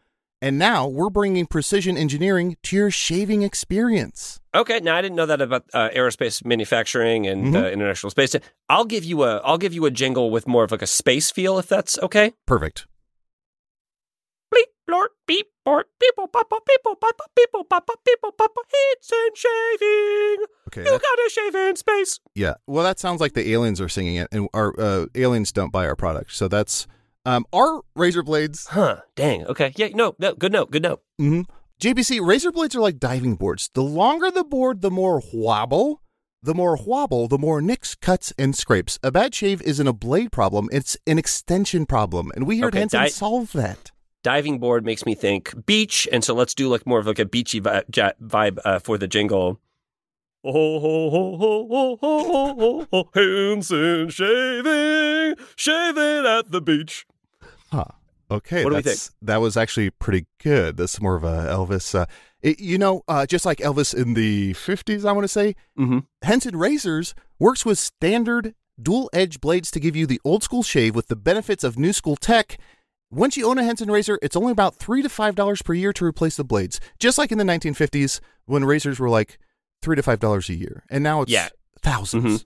[SPEAKER 10] And now we're bringing precision engineering to your shaving experience.
[SPEAKER 3] Okay, now I didn't know that about uh, aerospace manufacturing and
[SPEAKER 10] Mm-hmm.
[SPEAKER 3] uh, international space. Sta- I'll give you a I'll give you a jingle with more of like a space feel if that's okay.
[SPEAKER 10] Perfect.
[SPEAKER 3] Bleep, blort, beep, bort, people, papa, people, papa, people, papa, people, papa, heats and shaving.
[SPEAKER 10] Okay.
[SPEAKER 3] You
[SPEAKER 10] that-
[SPEAKER 3] gotta shave in space.
[SPEAKER 10] yeah. Well, that sounds like the aliens are singing it, and our uh, aliens don't buy our product. So that's um, our razor blades.
[SPEAKER 3] Huh, dang, okay. Yeah, no, no, good note, good note.
[SPEAKER 10] Mm-hmm. JPC, razor blades are like diving boards. The longer the board, the more wobble. The more wobble, the more nicks, cuts, and scrapes. A bad shave isn't a blade problem, it's an extension problem. And we here
[SPEAKER 3] Okay,
[SPEAKER 10] at Hanson
[SPEAKER 3] di-
[SPEAKER 10] solve that.
[SPEAKER 3] Diving board makes me think beach, and so let's do like more of like a beachy vi- ja- vibe uh, for the jingle. Oh, ho, ho, ho, ho, ho, ho, ho, hands and shaving, shaving at the beach.
[SPEAKER 10] Huh. Okay.
[SPEAKER 3] What do we
[SPEAKER 10] that's- That was actually pretty good. That's more of a Elvis. Uh, it- you know, uh, just like Elvis in the 50s, I want to say,
[SPEAKER 3] Mm-hmm.
[SPEAKER 10] Henson Razors works with standard dual edge blades to give you the old school shave with the benefits of new school tech. Once you own a Henson razor, it's only about three to five dollars per year to replace the blades. Just like in the 1950s when razors were like three to five dollars a year, and now it's
[SPEAKER 3] Yeah.
[SPEAKER 10] 1000s
[SPEAKER 3] Mhm.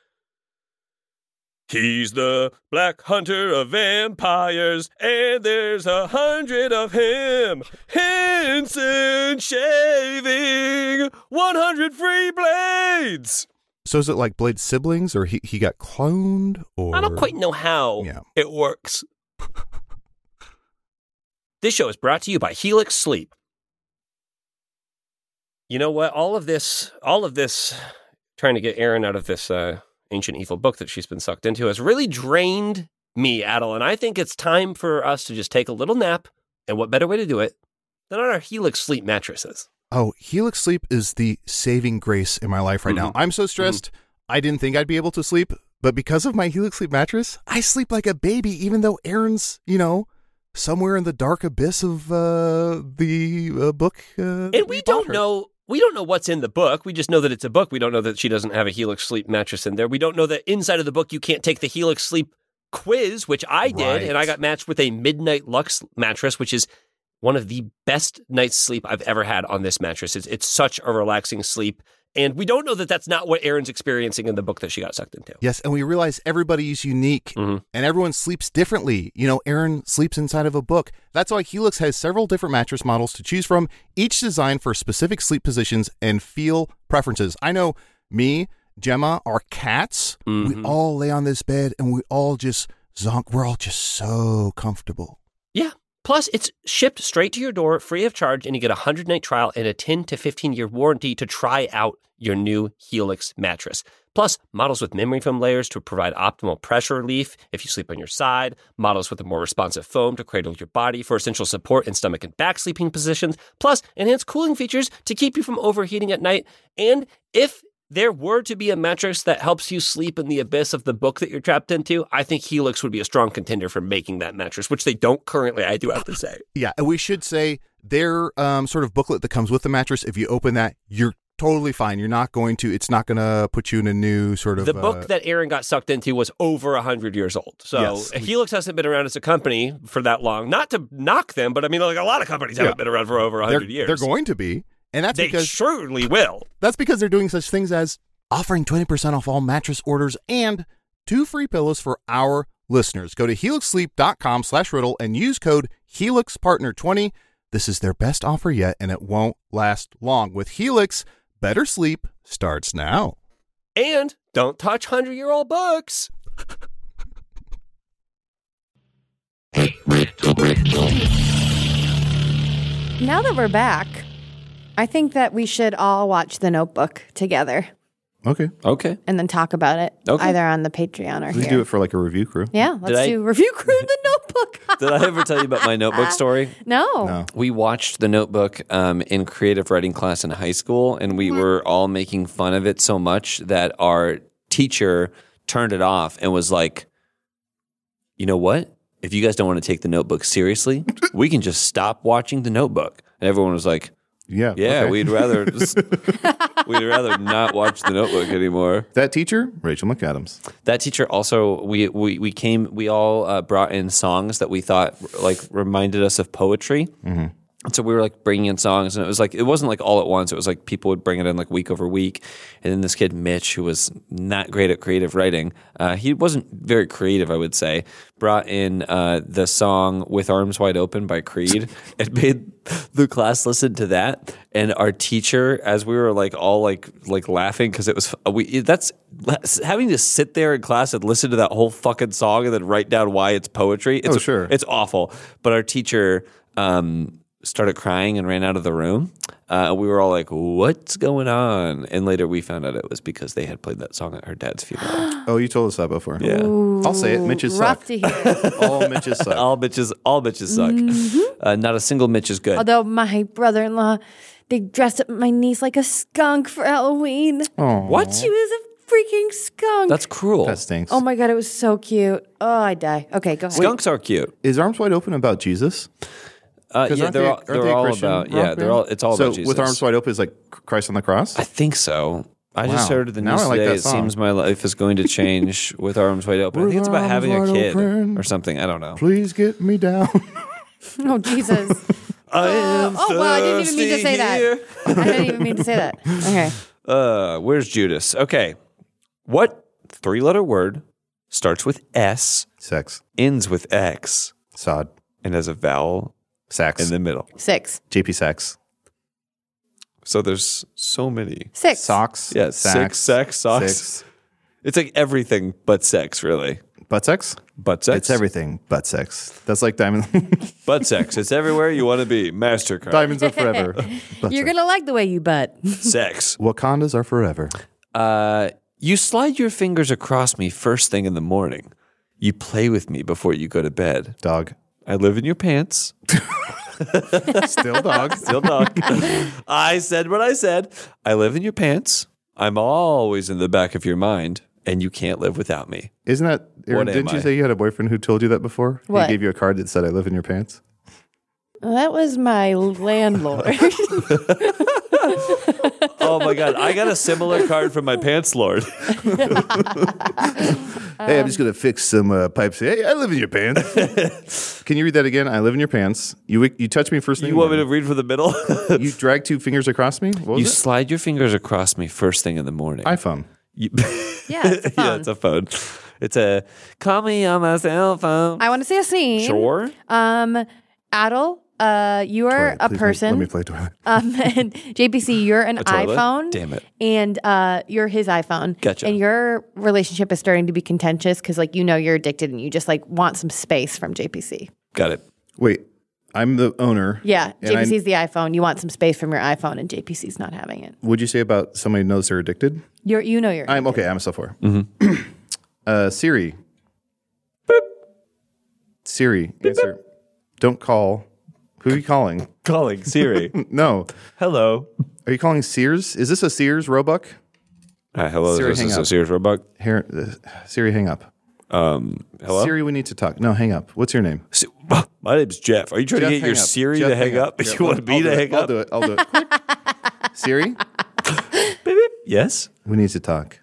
[SPEAKER 3] He's the black hunter of vampires, and there's a hundred of him. Henson shaving 100 free blades.
[SPEAKER 10] So is it like Blade's siblings, or he, he got cloned, or
[SPEAKER 3] I don't quite know how
[SPEAKER 10] Yeah.
[SPEAKER 3] it works. this show is brought to you by Helix Sleep. You know what? All of this, all of this, trying to get Erin out of this uh, ancient evil book that she's been sucked into has really drained me, Adel. And I think it's time for us to just take a little nap. And what better way to do it than on our Helix Sleep mattresses?
[SPEAKER 10] Oh, Helix Sleep is the saving grace in my life right now.
[SPEAKER 3] Mhm.
[SPEAKER 10] I'm so stressed. I didn't think I'd be able to sleep, but because of my Helix Sleep mattress, I sleep like a baby. Even though Aaron's, you know, somewhere in the dark abyss of uh, the uh, book, uh, that
[SPEAKER 3] and we
[SPEAKER 10] bought
[SPEAKER 3] don't
[SPEAKER 10] her.
[SPEAKER 3] know we don't know what's in the book we just know that it's a book we don't know that she doesn't have a helix sleep mattress in there we don't know that inside of the book you can't take the helix sleep quiz which i did
[SPEAKER 10] Right.
[SPEAKER 3] and i got matched with a midnight lux mattress which is one of the best night's sleep i've ever had on this mattress it's, it's such a relaxing sleep and we don't know that that's not what Erin's experiencing in the book that she got sucked into.
[SPEAKER 10] Yes, and we realize everybody's unique
[SPEAKER 3] Mhm.
[SPEAKER 10] and everyone sleeps differently. You know, Aaron sleeps inside of a book. That's why Helix has several different mattress models to choose from, each designed for specific sleep positions and feel preferences. I know me, Gemma, our cats, we
[SPEAKER 3] Mhm.
[SPEAKER 10] all lay on this bed and we all just zonk. We're all just so comfortable.
[SPEAKER 3] Yeah. Plus, it's shipped straight to your door free of charge, and you get a 100 night trial and a 10 to 15 year warranty to try out your new Helix mattress. Plus, models with memory foam layers to provide optimal pressure relief if you sleep on your side, models with a more responsive foam to cradle your body for essential support in stomach and back sleeping positions, plus, enhanced cooling features to keep you from overheating at night. And if there were to be a mattress that helps you sleep in the abyss of the book that you're trapped into, I think Helix would be a strong contender for making that mattress, which they don't currently, I do have to say.
[SPEAKER 10] Yeah, and we should say their um, sort of booklet that comes with the mattress. If you open that, you're totally fine. You're not going to. It's not going to put you in a new sort of
[SPEAKER 3] The
[SPEAKER 10] uh,
[SPEAKER 3] book that Aaron got sucked into was over 100 years old. So
[SPEAKER 10] Yes.
[SPEAKER 3] Helix hasn't been around as a company for that long. Not to knock them, but I mean, like a lot of companies
[SPEAKER 10] Yeah.
[SPEAKER 3] haven't been around for over 100
[SPEAKER 10] they're,
[SPEAKER 3] years.
[SPEAKER 10] They're going to be, and that's
[SPEAKER 3] they
[SPEAKER 10] because
[SPEAKER 3] surely will.
[SPEAKER 10] that's because they're doing such things as offering twenty percent off all mattress orders and two free pillows for our listeners. Go to helixsleep.com slash riddle and use code HelixPartner20. This is their best offer yet, and it won't last long. With Helix, better sleep starts now.
[SPEAKER 3] And don't touch 100 year old books.
[SPEAKER 5] Now that we're back, I think that we should all watch The Notebook together
[SPEAKER 2] Okay.
[SPEAKER 11] Okay.
[SPEAKER 5] and then talk about it
[SPEAKER 11] Okay.
[SPEAKER 5] either on the Patreon or
[SPEAKER 2] We
[SPEAKER 5] here.
[SPEAKER 2] do it for like a review crew.
[SPEAKER 5] Yeah, let's
[SPEAKER 11] I-
[SPEAKER 5] do review crew of The Notebook.
[SPEAKER 11] Did I ever tell you about my notebook story?
[SPEAKER 5] no.
[SPEAKER 2] No.
[SPEAKER 11] We watched The Notebook um, in creative writing class in high school, and we were all making fun of it so much that our teacher turned it off and was like, "You know what? If you guys don't want to take The Notebook seriously, we can just stop watching The Notebook." And everyone was like,
[SPEAKER 2] Yeah.
[SPEAKER 11] "Yeah,
[SPEAKER 2] Oh, okay.
[SPEAKER 11] we'd rather we'd rather not watch The Notebook anymore."
[SPEAKER 2] That teacher, Rachel McAdams.
[SPEAKER 11] That teacher also we we we came we all uh, brought in songs that we thought like reminded us of poetry. And so we were like bringing in songs, and it was like it wasn't like all at once. It was like people would bring it in like week over week, and then this kid Mitch, who was not great at creative writing, uh, he wasn't very creative, I would say. Brought in uh, the song "With Arms Wide Open" by Creed, and made the class listen to that. And our teacher, as we were like all like like laughing because it was uh, we that's having to sit there in class and listen to that whole fucking song and then write down why it's poetry. It's
[SPEAKER 2] Oh, sure.
[SPEAKER 11] it's awful. But our teacher um,
[SPEAKER 3] started crying and ran out of the room. Uh, we were all like, "What's going on?" And later we found out it was because they had played that song at her dad's funeral.
[SPEAKER 2] oh, you told us that before.
[SPEAKER 3] Yeah,
[SPEAKER 2] I'll say it. Mitches
[SPEAKER 5] rough
[SPEAKER 2] suck.
[SPEAKER 5] to hear.
[SPEAKER 2] All Mitches suck.
[SPEAKER 3] all bitches, all bitches suck. Uh, not a single Mitch is good.
[SPEAKER 5] Although my brother-in-law, they dressed up my niece like a skunk for Halloween.
[SPEAKER 3] what?
[SPEAKER 5] She was a freaking skunk.
[SPEAKER 3] That's cruel.
[SPEAKER 2] That stinks.
[SPEAKER 5] oh my god, it was so cute. Oh, I die. Okay, go ahead.
[SPEAKER 3] Skunks are cute.
[SPEAKER 2] Is Arms Wide Open about Jesus?
[SPEAKER 3] Uh,
[SPEAKER 10] 'Cause
[SPEAKER 3] yeah,
[SPEAKER 10] aren't
[SPEAKER 3] they're
[SPEAKER 10] they-
[SPEAKER 3] all,
[SPEAKER 10] aren't
[SPEAKER 3] they're
[SPEAKER 10] they a
[SPEAKER 3] all
[SPEAKER 10] Christian
[SPEAKER 3] about
[SPEAKER 10] rock
[SPEAKER 3] yeah, they're
[SPEAKER 10] band?
[SPEAKER 3] all it's all
[SPEAKER 2] so
[SPEAKER 3] about Jesus.
[SPEAKER 2] with Arms Wide Open is like Christ on the cross.
[SPEAKER 3] I think so. I just
[SPEAKER 2] Wow.
[SPEAKER 3] heard the
[SPEAKER 2] Now
[SPEAKER 3] news
[SPEAKER 2] I like
[SPEAKER 3] today.
[SPEAKER 2] that
[SPEAKER 3] It
[SPEAKER 2] song.
[SPEAKER 3] seems my life is going to change with arms wide open. I think it's
[SPEAKER 2] With
[SPEAKER 3] about having a
[SPEAKER 2] arms wide
[SPEAKER 3] kid
[SPEAKER 2] open.
[SPEAKER 3] or something. I don't know.
[SPEAKER 2] Please get me down.
[SPEAKER 5] Oh Jesus.
[SPEAKER 3] I am
[SPEAKER 5] oh wow, I didn't even mean to
[SPEAKER 3] thirsty
[SPEAKER 5] say
[SPEAKER 3] here.
[SPEAKER 5] that. I didn't even mean to say that. Okay.
[SPEAKER 3] Uh, where's Judas? Okay. What three letter word starts with S,
[SPEAKER 2] Sex.
[SPEAKER 3] ends with X,
[SPEAKER 2] Sod.
[SPEAKER 3] and has a vowel
[SPEAKER 2] Sax.
[SPEAKER 3] in the middle?
[SPEAKER 5] Six.
[SPEAKER 2] JP Sax.
[SPEAKER 3] So there's so many.
[SPEAKER 5] Six.
[SPEAKER 2] Socks.
[SPEAKER 3] Yeah,
[SPEAKER 2] Sax.
[SPEAKER 3] six, sex, socks.
[SPEAKER 2] Six.
[SPEAKER 3] It's like everything but sex, really.
[SPEAKER 2] Butt sex?
[SPEAKER 3] But sex.
[SPEAKER 2] It's everything but sex. That's like Diamond.
[SPEAKER 3] But sex. It's everywhere you want to be. MasterCard.
[SPEAKER 2] Diamonds are forever. Butt
[SPEAKER 5] You're
[SPEAKER 2] sex.
[SPEAKER 5] gonna like the way you butt.
[SPEAKER 3] Sex.
[SPEAKER 2] Wakandas are forever.
[SPEAKER 3] Uh, you slide your fingers across me first thing in the morning. You play with me before you go to bed.
[SPEAKER 2] Dog.
[SPEAKER 3] I live in your pants.
[SPEAKER 2] Still dog.
[SPEAKER 3] Still dog. I said what I said. I live in your pants. I'm always in the back of your mind, and you can't live without me.
[SPEAKER 2] Isn't that Aaron,
[SPEAKER 3] What am
[SPEAKER 2] didn't you
[SPEAKER 3] I?
[SPEAKER 2] say you had a boyfriend who told you that before?
[SPEAKER 5] What?
[SPEAKER 2] He gave you a card that said I live in your pants.
[SPEAKER 5] that was my landlord.
[SPEAKER 3] Oh my God. I got a similar card from my pants lord.
[SPEAKER 2] hey, I'm just gonna fix some uh, pipes. Hey, I live in your pants. Can you read that again? I live in your pants. You you touch me first thing.
[SPEAKER 3] You want me to read from the middle?
[SPEAKER 2] You drag two fingers across me. What was
[SPEAKER 3] you
[SPEAKER 2] it?
[SPEAKER 3] slide your fingers across me first thing in the morning.
[SPEAKER 2] iPhone.
[SPEAKER 3] You-
[SPEAKER 5] Yeah, it's
[SPEAKER 3] yeah,
[SPEAKER 5] a phone.
[SPEAKER 3] it's a phone. It's a call me on my cell phone.
[SPEAKER 5] I want to say a scene.
[SPEAKER 3] Sure.
[SPEAKER 5] Um, Adel, uh, you are
[SPEAKER 2] Toilet,
[SPEAKER 5] a
[SPEAKER 2] please Let
[SPEAKER 5] person.
[SPEAKER 2] me, let me play toilet.
[SPEAKER 5] Um, and JPC, you're an
[SPEAKER 3] toilet?
[SPEAKER 5] iPhone.
[SPEAKER 3] Damn it.
[SPEAKER 5] And uh, you're his iPhone.
[SPEAKER 3] Gotcha.
[SPEAKER 5] And your relationship is starting to be contentious because, like, you know, you're addicted and you just like want some space from JPC.
[SPEAKER 3] Got it.
[SPEAKER 2] Wait, I'm the owner.
[SPEAKER 5] Yeah,
[SPEAKER 2] And I-
[SPEAKER 5] JPC's the iPhone. You want some space from your iPhone, and JPC's not having it.
[SPEAKER 2] Would you say about somebody who knows they're addicted?
[SPEAKER 5] You're, you know, you're.
[SPEAKER 2] I'm okay. I'm a software.
[SPEAKER 3] Mm-hmm.
[SPEAKER 2] uh, Siri. Siri, answer. Don't call. Who are you calling?
[SPEAKER 3] Calling Siri.
[SPEAKER 2] No.
[SPEAKER 3] Hello.
[SPEAKER 2] Are you calling Sears? Is this a Sears Roebuck?
[SPEAKER 3] Hi, hello.
[SPEAKER 2] Siri,
[SPEAKER 3] this
[SPEAKER 2] hang
[SPEAKER 3] is a
[SPEAKER 2] up.
[SPEAKER 3] Sears Roebuck.
[SPEAKER 2] Here, uh, Siri, hang up.
[SPEAKER 3] Um, hello.
[SPEAKER 2] Siri, we need to talk. No, hang up. What's your name?
[SPEAKER 3] Si- My name's Jeff. Are you trying to
[SPEAKER 2] Jeff,
[SPEAKER 3] get your
[SPEAKER 2] hang up.
[SPEAKER 3] Siri
[SPEAKER 2] Jeff,
[SPEAKER 3] to hang
[SPEAKER 2] hang up.
[SPEAKER 3] up?
[SPEAKER 2] Yeah,
[SPEAKER 3] you want
[SPEAKER 2] I'll-
[SPEAKER 3] me
[SPEAKER 2] I'll
[SPEAKER 3] to
[SPEAKER 2] do
[SPEAKER 3] hang
[SPEAKER 2] it. I'll
[SPEAKER 3] up?
[SPEAKER 2] do it. I'll do it. Quick. Siri,
[SPEAKER 3] Yes.
[SPEAKER 2] we need to talk.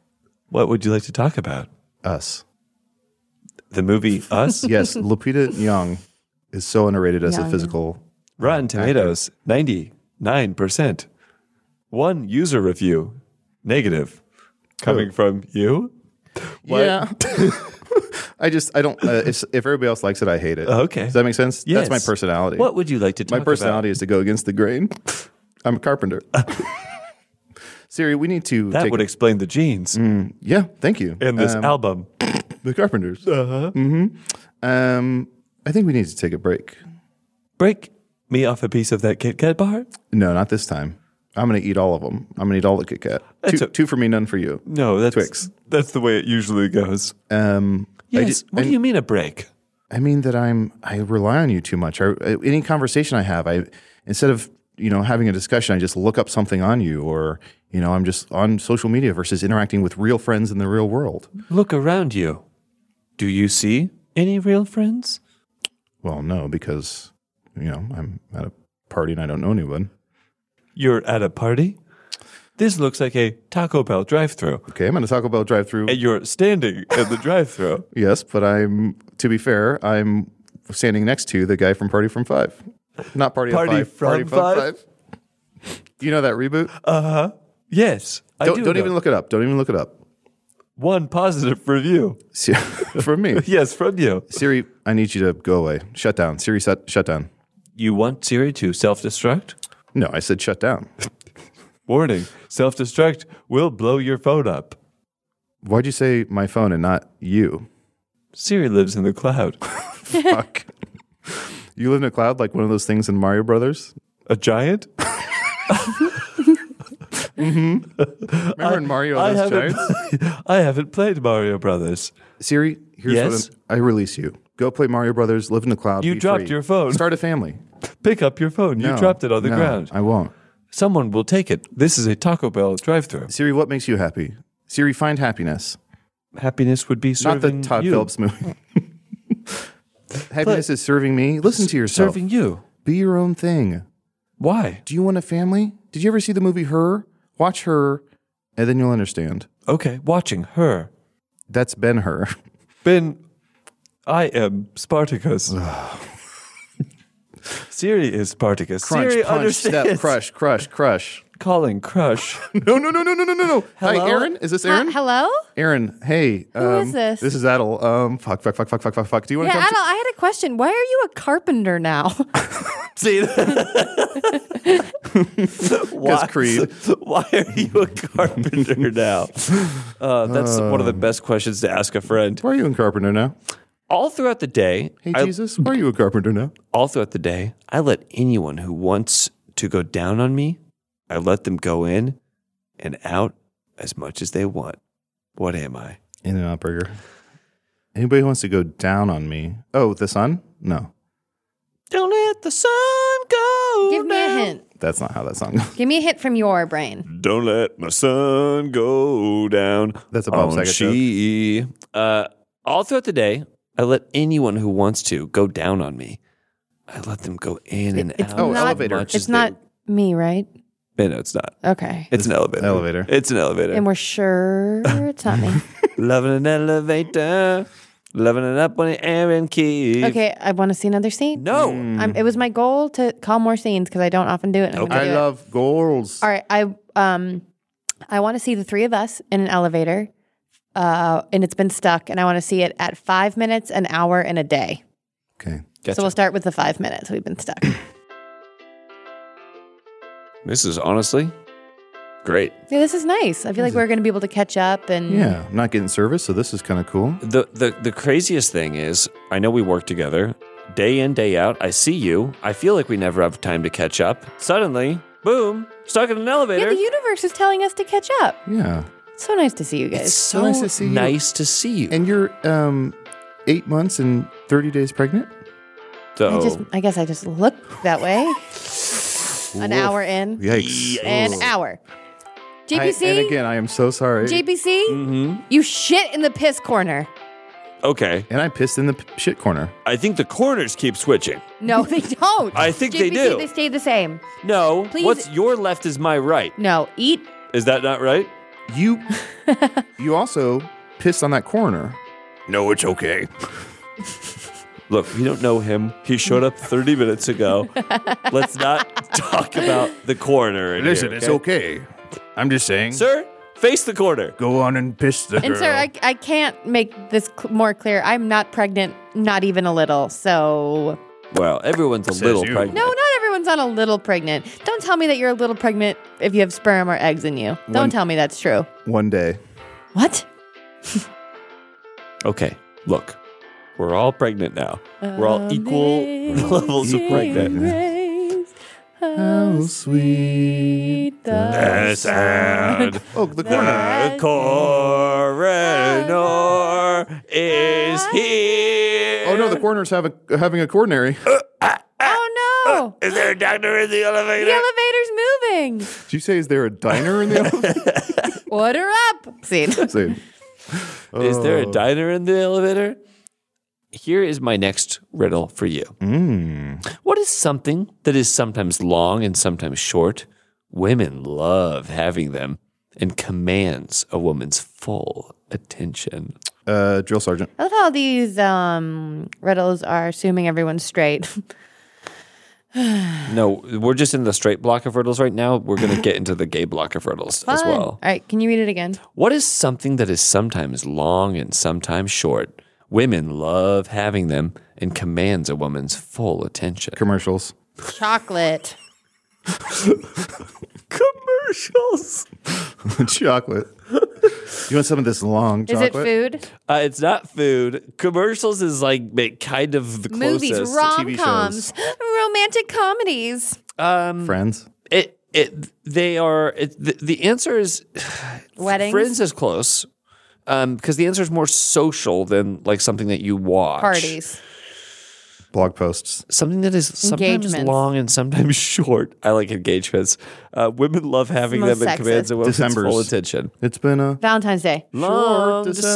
[SPEAKER 3] What would you like to talk about?
[SPEAKER 2] Us.
[SPEAKER 3] The movie Us.
[SPEAKER 2] Yes, Lupita Nyong is so underrated as a
[SPEAKER 5] Nyong.
[SPEAKER 2] physical.
[SPEAKER 3] Rotten Tomatoes ninety nine percent. One user review negative, coming from you. What?
[SPEAKER 2] Yeah. I just I don't. Uh, if, if everybody else likes it, I hate it.
[SPEAKER 3] Okay.
[SPEAKER 2] Does that make sense?
[SPEAKER 3] Yes.
[SPEAKER 2] That's my personality.
[SPEAKER 3] What would you like to talk
[SPEAKER 2] my personality is to go against the grain. I'm a carpenter. Siri, we need to.
[SPEAKER 3] about? That
[SPEAKER 2] take
[SPEAKER 3] would
[SPEAKER 2] a-
[SPEAKER 3] explain the genes
[SPEAKER 2] yeah. Thank you.
[SPEAKER 3] in this
[SPEAKER 2] Um,
[SPEAKER 3] album.
[SPEAKER 2] the carpenters. Uh-huh. hmm Um, I think we need to take a break.
[SPEAKER 3] Break me off a piece of that Kit Kat bar.
[SPEAKER 2] No, not this time. I'm gonna eat all of them. I'm gonna eat all the Kit Kat.
[SPEAKER 3] That's
[SPEAKER 2] Two,
[SPEAKER 3] o-
[SPEAKER 2] two for me, none for you.
[SPEAKER 3] No, that's
[SPEAKER 2] Twix.
[SPEAKER 3] That's the way it usually goes.
[SPEAKER 2] Um, I
[SPEAKER 3] Yes.
[SPEAKER 2] ju-
[SPEAKER 3] what
[SPEAKER 2] I-
[SPEAKER 3] do you mean a break?
[SPEAKER 2] I mean that I'm I rely on you too much. I, I- any conversation I have, I instead of you know having a discussion, I just look up something on you, or you know I'm just on social media versus interacting with real friends in the real world.
[SPEAKER 3] Look around you. Do you see any real friends?
[SPEAKER 2] Well, no, because you know I'm at a party and I don't know anyone.
[SPEAKER 3] You're at a party? This looks like a Taco Bell drive through.
[SPEAKER 2] Okay, I'm at a Taco Bell drive-through.
[SPEAKER 3] And you're standing at the drive through.
[SPEAKER 2] Yes, but I'm to be fair, I'm standing next to the guy from Party from Five, not Party, of
[SPEAKER 3] Party
[SPEAKER 2] Five, Party
[SPEAKER 3] from Five?
[SPEAKER 2] Do you know that reboot?
[SPEAKER 3] Yes. I
[SPEAKER 2] don't
[SPEAKER 3] do
[SPEAKER 2] don't
[SPEAKER 3] know.
[SPEAKER 2] even look it up. Don't even look it up.
[SPEAKER 3] One positive review.
[SPEAKER 2] See- From me.
[SPEAKER 3] Yes, from you.
[SPEAKER 2] Siri, I need you to go away. Shut down. Siri, shut, shut down.
[SPEAKER 3] You want Siri to self destruct?
[SPEAKER 2] No, I said shut down.
[SPEAKER 3] Warning self destruct will blow your phone up.
[SPEAKER 2] Why'd you say my phone and not you?
[SPEAKER 3] Siri lives in the cloud.
[SPEAKER 2] Fuck. You live in a cloud like one of those things in Mario Brothers? A giant? Remember in Mario
[SPEAKER 3] I
[SPEAKER 2] those
[SPEAKER 3] haven't-
[SPEAKER 2] giants?
[SPEAKER 3] I haven't played Mario Brothers.
[SPEAKER 2] Siri, here's
[SPEAKER 3] Yes?
[SPEAKER 2] what I'm- I release you. Go play Mario Brothers, live in the cloud.
[SPEAKER 3] You
[SPEAKER 2] be
[SPEAKER 3] dropped
[SPEAKER 2] free.
[SPEAKER 3] your phone.
[SPEAKER 2] Start a family.
[SPEAKER 3] Pick up your phone.
[SPEAKER 2] No,
[SPEAKER 3] you dropped it on the
[SPEAKER 2] no,
[SPEAKER 3] ground.
[SPEAKER 2] I won't.
[SPEAKER 3] Someone will take it. This is a Taco Bell drive-through.
[SPEAKER 2] Siri, what makes you happy? Siri, find happiness.
[SPEAKER 3] Happiness would be
[SPEAKER 2] Not
[SPEAKER 3] serving
[SPEAKER 2] the Todd
[SPEAKER 3] you.
[SPEAKER 2] Phillips movie. happiness is serving me. Listen to yourself.
[SPEAKER 3] Serving you.
[SPEAKER 2] Be your own thing.
[SPEAKER 3] Why?
[SPEAKER 2] Do you want a family? Did you ever see the movie Her? Watch Her, and then you'll understand.
[SPEAKER 3] Okay, watching her.
[SPEAKER 2] That's Ben Her.
[SPEAKER 3] Ben, I am Spartacus. Siri is Spartacus.
[SPEAKER 2] Crunch,
[SPEAKER 3] Siri
[SPEAKER 2] punch,
[SPEAKER 3] understands.
[SPEAKER 2] step, crush, crush, crush.
[SPEAKER 3] Calling crush.
[SPEAKER 2] No, no, no, no, no, no, no, no. Hi,
[SPEAKER 3] Hello?
[SPEAKER 2] Aaron. Is this
[SPEAKER 5] Uh,
[SPEAKER 2] Aaron?
[SPEAKER 5] hello?
[SPEAKER 2] Aaron, hey. Who
[SPEAKER 5] is this?
[SPEAKER 2] This is Adel. Um, fuck, fuck, fuck, fuck, fuck, fuck, fuck. Do you want
[SPEAKER 5] Yeah,
[SPEAKER 2] to
[SPEAKER 5] Adel,
[SPEAKER 2] come?
[SPEAKER 5] I had a question. Why are you a carpenter now?
[SPEAKER 3] See, why,
[SPEAKER 2] Creed.
[SPEAKER 3] Why are you a carpenter now? Uh, that's one of the best questions to ask a friend.
[SPEAKER 2] to- Why are you in carpenter now?
[SPEAKER 3] All throughout the day,
[SPEAKER 2] Hey,
[SPEAKER 3] I-
[SPEAKER 2] Jesus. Why are you a carpenter now?
[SPEAKER 3] all throughout the day, I let anyone who wants to go down on me, I let them go in and out as much as they want. What am I?
[SPEAKER 2] In and out burger. Anybody who wants to go down on me? Oh, the sun? No,
[SPEAKER 3] Don't let the sun go.
[SPEAKER 5] Give me a hint.
[SPEAKER 2] that's not how that song goes.
[SPEAKER 5] Give me a hint from your brain.
[SPEAKER 3] Don't let my sun go down.
[SPEAKER 2] That's a Bob
[SPEAKER 3] on
[SPEAKER 2] Saget
[SPEAKER 3] she. Uh, all throughout the day, I let anyone who wants to go down on me. I let them go in and
[SPEAKER 5] It's
[SPEAKER 3] out.
[SPEAKER 2] Oh,
[SPEAKER 5] not,
[SPEAKER 2] elevator.
[SPEAKER 3] Much as
[SPEAKER 5] It's not me, right?
[SPEAKER 3] They, no, it's not.
[SPEAKER 5] Okay.
[SPEAKER 3] It's an elevator.
[SPEAKER 2] elevator.
[SPEAKER 3] It's an elevator.
[SPEAKER 5] And we're sure it's not me.
[SPEAKER 3] Loving an elevator. Loving it up when Aaron Key.
[SPEAKER 5] Okay, I want to see another scene.
[SPEAKER 3] No.
[SPEAKER 5] Um, it was my goal to call more scenes because I don't often do it. and I'm gonna
[SPEAKER 2] I
[SPEAKER 5] do it.
[SPEAKER 2] love goals.
[SPEAKER 5] All right, I um, I want to see the three of us in an elevator, uh, and it's been stuck, and I want to see it at five minutes, an hour, and a day.
[SPEAKER 2] Okay.
[SPEAKER 5] So we'll start with the five minutes we've been stuck. yeah,
[SPEAKER 3] This is honestly great.
[SPEAKER 5] this is nice. I feel like we're going to be able to catch up and
[SPEAKER 2] Yeah, I'm not getting service, so this is kind of cool.
[SPEAKER 3] The, the the craziest thing is, I know we work together day in day out. I see you. I feel like we never have time to catch up. Suddenly, boom, stuck in an
[SPEAKER 5] Yeah,
[SPEAKER 3] elevator.
[SPEAKER 5] the universe is telling us to catch up.
[SPEAKER 2] Yeah.
[SPEAKER 5] It's so nice to see you guys.
[SPEAKER 3] it's so
[SPEAKER 2] nice to see you.
[SPEAKER 3] nice to see you.
[SPEAKER 2] And you're um, eight months and 30 days pregnant?
[SPEAKER 3] so,
[SPEAKER 5] I just, I guess, I just look that way. an hour in,
[SPEAKER 2] Yikes.
[SPEAKER 5] an hour.
[SPEAKER 2] I- and
[SPEAKER 5] JPC,
[SPEAKER 2] again, I am so sorry.
[SPEAKER 5] JPC,
[SPEAKER 3] Mm-hmm.
[SPEAKER 5] you shit in the piss corner.
[SPEAKER 3] okay,
[SPEAKER 2] and I pissed in the p- shit corner.
[SPEAKER 3] I think the corners keep switching.
[SPEAKER 5] No, they don't.
[SPEAKER 3] I think they
[SPEAKER 5] JPC,
[SPEAKER 3] do.
[SPEAKER 5] They stay the same.
[SPEAKER 3] No,
[SPEAKER 5] Please-
[SPEAKER 3] what's your left is my right.
[SPEAKER 5] No, eat.
[SPEAKER 3] Is that not right?
[SPEAKER 2] You you also pissed on that corner.
[SPEAKER 3] No, it's okay. Look, we don't know him. He showed up 30 minutes ago. Let's not talk about the corner. in here, okay?
[SPEAKER 2] okay. I'm just saying.
[SPEAKER 3] Sir, face the corner.
[SPEAKER 2] Go on and piss the
[SPEAKER 5] And sir, I, I can't make this cl- more clear. I'm not pregnant, not even a little. So
[SPEAKER 3] Well, everyone's a little
[SPEAKER 2] you.
[SPEAKER 3] pregnant.
[SPEAKER 5] no, not everyone's not a little pregnant. Don't tell me that you're a little pregnant if you have sperm or eggs in you. Don't
[SPEAKER 2] One-
[SPEAKER 5] tell me that's true.
[SPEAKER 2] One day.
[SPEAKER 5] What?
[SPEAKER 3] Okay, look, we're all pregnant now. We're all equal levels of pregnant.
[SPEAKER 5] Oh,
[SPEAKER 2] How sweet.
[SPEAKER 3] Yes, and
[SPEAKER 2] Oh, the corner.
[SPEAKER 3] the coroner is here.
[SPEAKER 2] Oh no, the coroner's having having a coronary. Did
[SPEAKER 5] Oh no!
[SPEAKER 3] Is there a doctor in the elevator?
[SPEAKER 5] The elevator's moving.
[SPEAKER 2] you say is there a diner in the elevator?
[SPEAKER 5] Order up. Scene.
[SPEAKER 2] Say,
[SPEAKER 3] Is there a diner in the elevator? Here is my next riddle for you. What is something that is sometimes long and sometimes short? Women love having them and commands a woman's full attention.
[SPEAKER 2] uh, drill sergeant.
[SPEAKER 5] I love how these um, riddles are assuming everyone's straight.
[SPEAKER 3] No, we're just in the straight block of riddles right now. We're going to get into the gay block of riddles as
[SPEAKER 5] Fun.
[SPEAKER 3] well.
[SPEAKER 5] All right, can you read it again?
[SPEAKER 3] What is something that is sometimes long and sometimes short? Women love having them and commands a woman's full attention.
[SPEAKER 2] Commercials.
[SPEAKER 5] Chocolate.
[SPEAKER 3] Commercials.
[SPEAKER 2] chocolate. You want some of this long
[SPEAKER 5] Is it
[SPEAKER 2] chocolate?
[SPEAKER 5] food?
[SPEAKER 3] Uh, it's not food. Commercials is like ma- kind of the closest.
[SPEAKER 5] Movies, rom coms, romantic comedies.
[SPEAKER 3] Um,
[SPEAKER 2] Friends.
[SPEAKER 3] it it they are it, the, the answer is
[SPEAKER 5] Weddings?
[SPEAKER 3] Friends is close um because the answer is more social than like something that you watch
[SPEAKER 5] Parties.
[SPEAKER 2] Blog posts.
[SPEAKER 3] something that is sometimes
[SPEAKER 5] Engagements.
[SPEAKER 3] long and sometimes short i like engagements uh women love having them
[SPEAKER 5] most
[SPEAKER 3] and commands
[SPEAKER 5] sexist.
[SPEAKER 3] a woman's
[SPEAKER 2] Decembers.
[SPEAKER 3] full attention
[SPEAKER 2] It's been a
[SPEAKER 5] Valentine's Day.
[SPEAKER 3] long
[SPEAKER 2] December.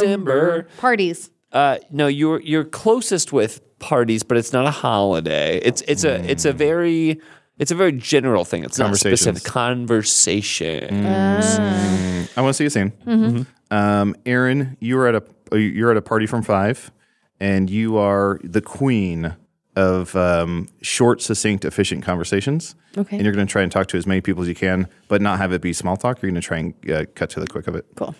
[SPEAKER 3] december
[SPEAKER 5] Parties.
[SPEAKER 3] uh no you're you're closest with parties but it's not a holiday it's it's a it's a very it's a very general thing. It's not specific. Conversation. Mm.
[SPEAKER 2] I want to see a scene.
[SPEAKER 5] Mm-hmm.
[SPEAKER 3] Mm-hmm.
[SPEAKER 2] Um, Aaron, you are at a uh, you're at a party from five, and you are the queen of um, short, succinct, efficient conversations.
[SPEAKER 5] Okay.
[SPEAKER 2] And you're going to try and talk to as many people as you can, but not have it be small talk. You're going to try and uh, cut to the quick of it.
[SPEAKER 5] Cool.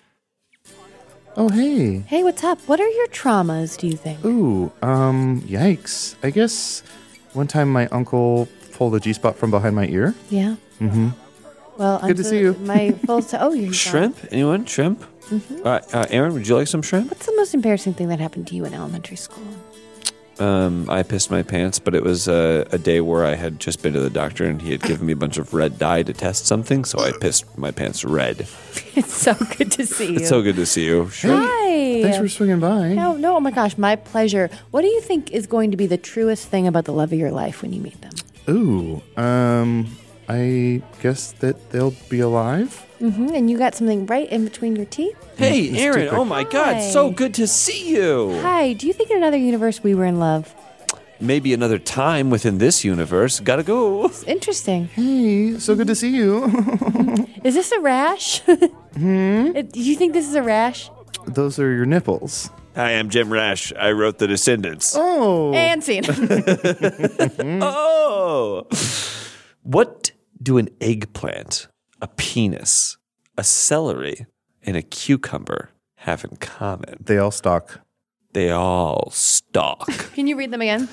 [SPEAKER 2] Oh hey,
[SPEAKER 5] Hey, what's up? What are your traumas, do you think?
[SPEAKER 2] ooh, um, yikes! I guess one time my uncle pulled a G spot from behind my ear.
[SPEAKER 5] Yeah. Mm-hmm. Well, I'm
[SPEAKER 2] Good to
[SPEAKER 5] so-
[SPEAKER 2] see you.
[SPEAKER 5] My full. t- oh, you're gone.
[SPEAKER 3] Shrimp? Anyone? Shrimp? Uh, uh, Aaron, would you like some shrimp?
[SPEAKER 5] What's the most embarrassing thing that happened to you in elementary school?
[SPEAKER 3] Um, I pissed my pants, but it was uh, a day where I had just been to the doctor and he had given me a bunch of red dye to test something, so I pissed my pants red.
[SPEAKER 5] It's so good to see you.
[SPEAKER 3] It's so good to see you. Shrimp?
[SPEAKER 5] Hi.
[SPEAKER 2] Thanks for swinging by.
[SPEAKER 5] No, no, oh my gosh, my pleasure. What do you think is going to be the truest thing about the love of your life when you meet them?
[SPEAKER 2] Ooh, um, I guess that they'll be alive.
[SPEAKER 5] hmm And you got something right in between your teeth?
[SPEAKER 3] Hey, Aaron. Oh my God. So
[SPEAKER 5] Hi.
[SPEAKER 3] good to see you.
[SPEAKER 5] Hi, do you think in another universe we were in love?
[SPEAKER 3] Maybe another time within this universe. Gotta go.
[SPEAKER 5] It's interesting.
[SPEAKER 2] Hey, so good to see you.
[SPEAKER 5] Is this a rash?
[SPEAKER 2] Hmm?
[SPEAKER 5] It- Do you think this is a rash?
[SPEAKER 2] Those are your nipples.
[SPEAKER 3] Hi, I'm Jim Rash. I wrote The Descendants.
[SPEAKER 2] Oh,
[SPEAKER 5] And scene.
[SPEAKER 3] Oh. What do an eggplant, a penis, a celery, and a cucumber have in common?
[SPEAKER 2] they all stalk.
[SPEAKER 3] They all stalk.
[SPEAKER 5] Can you read them again?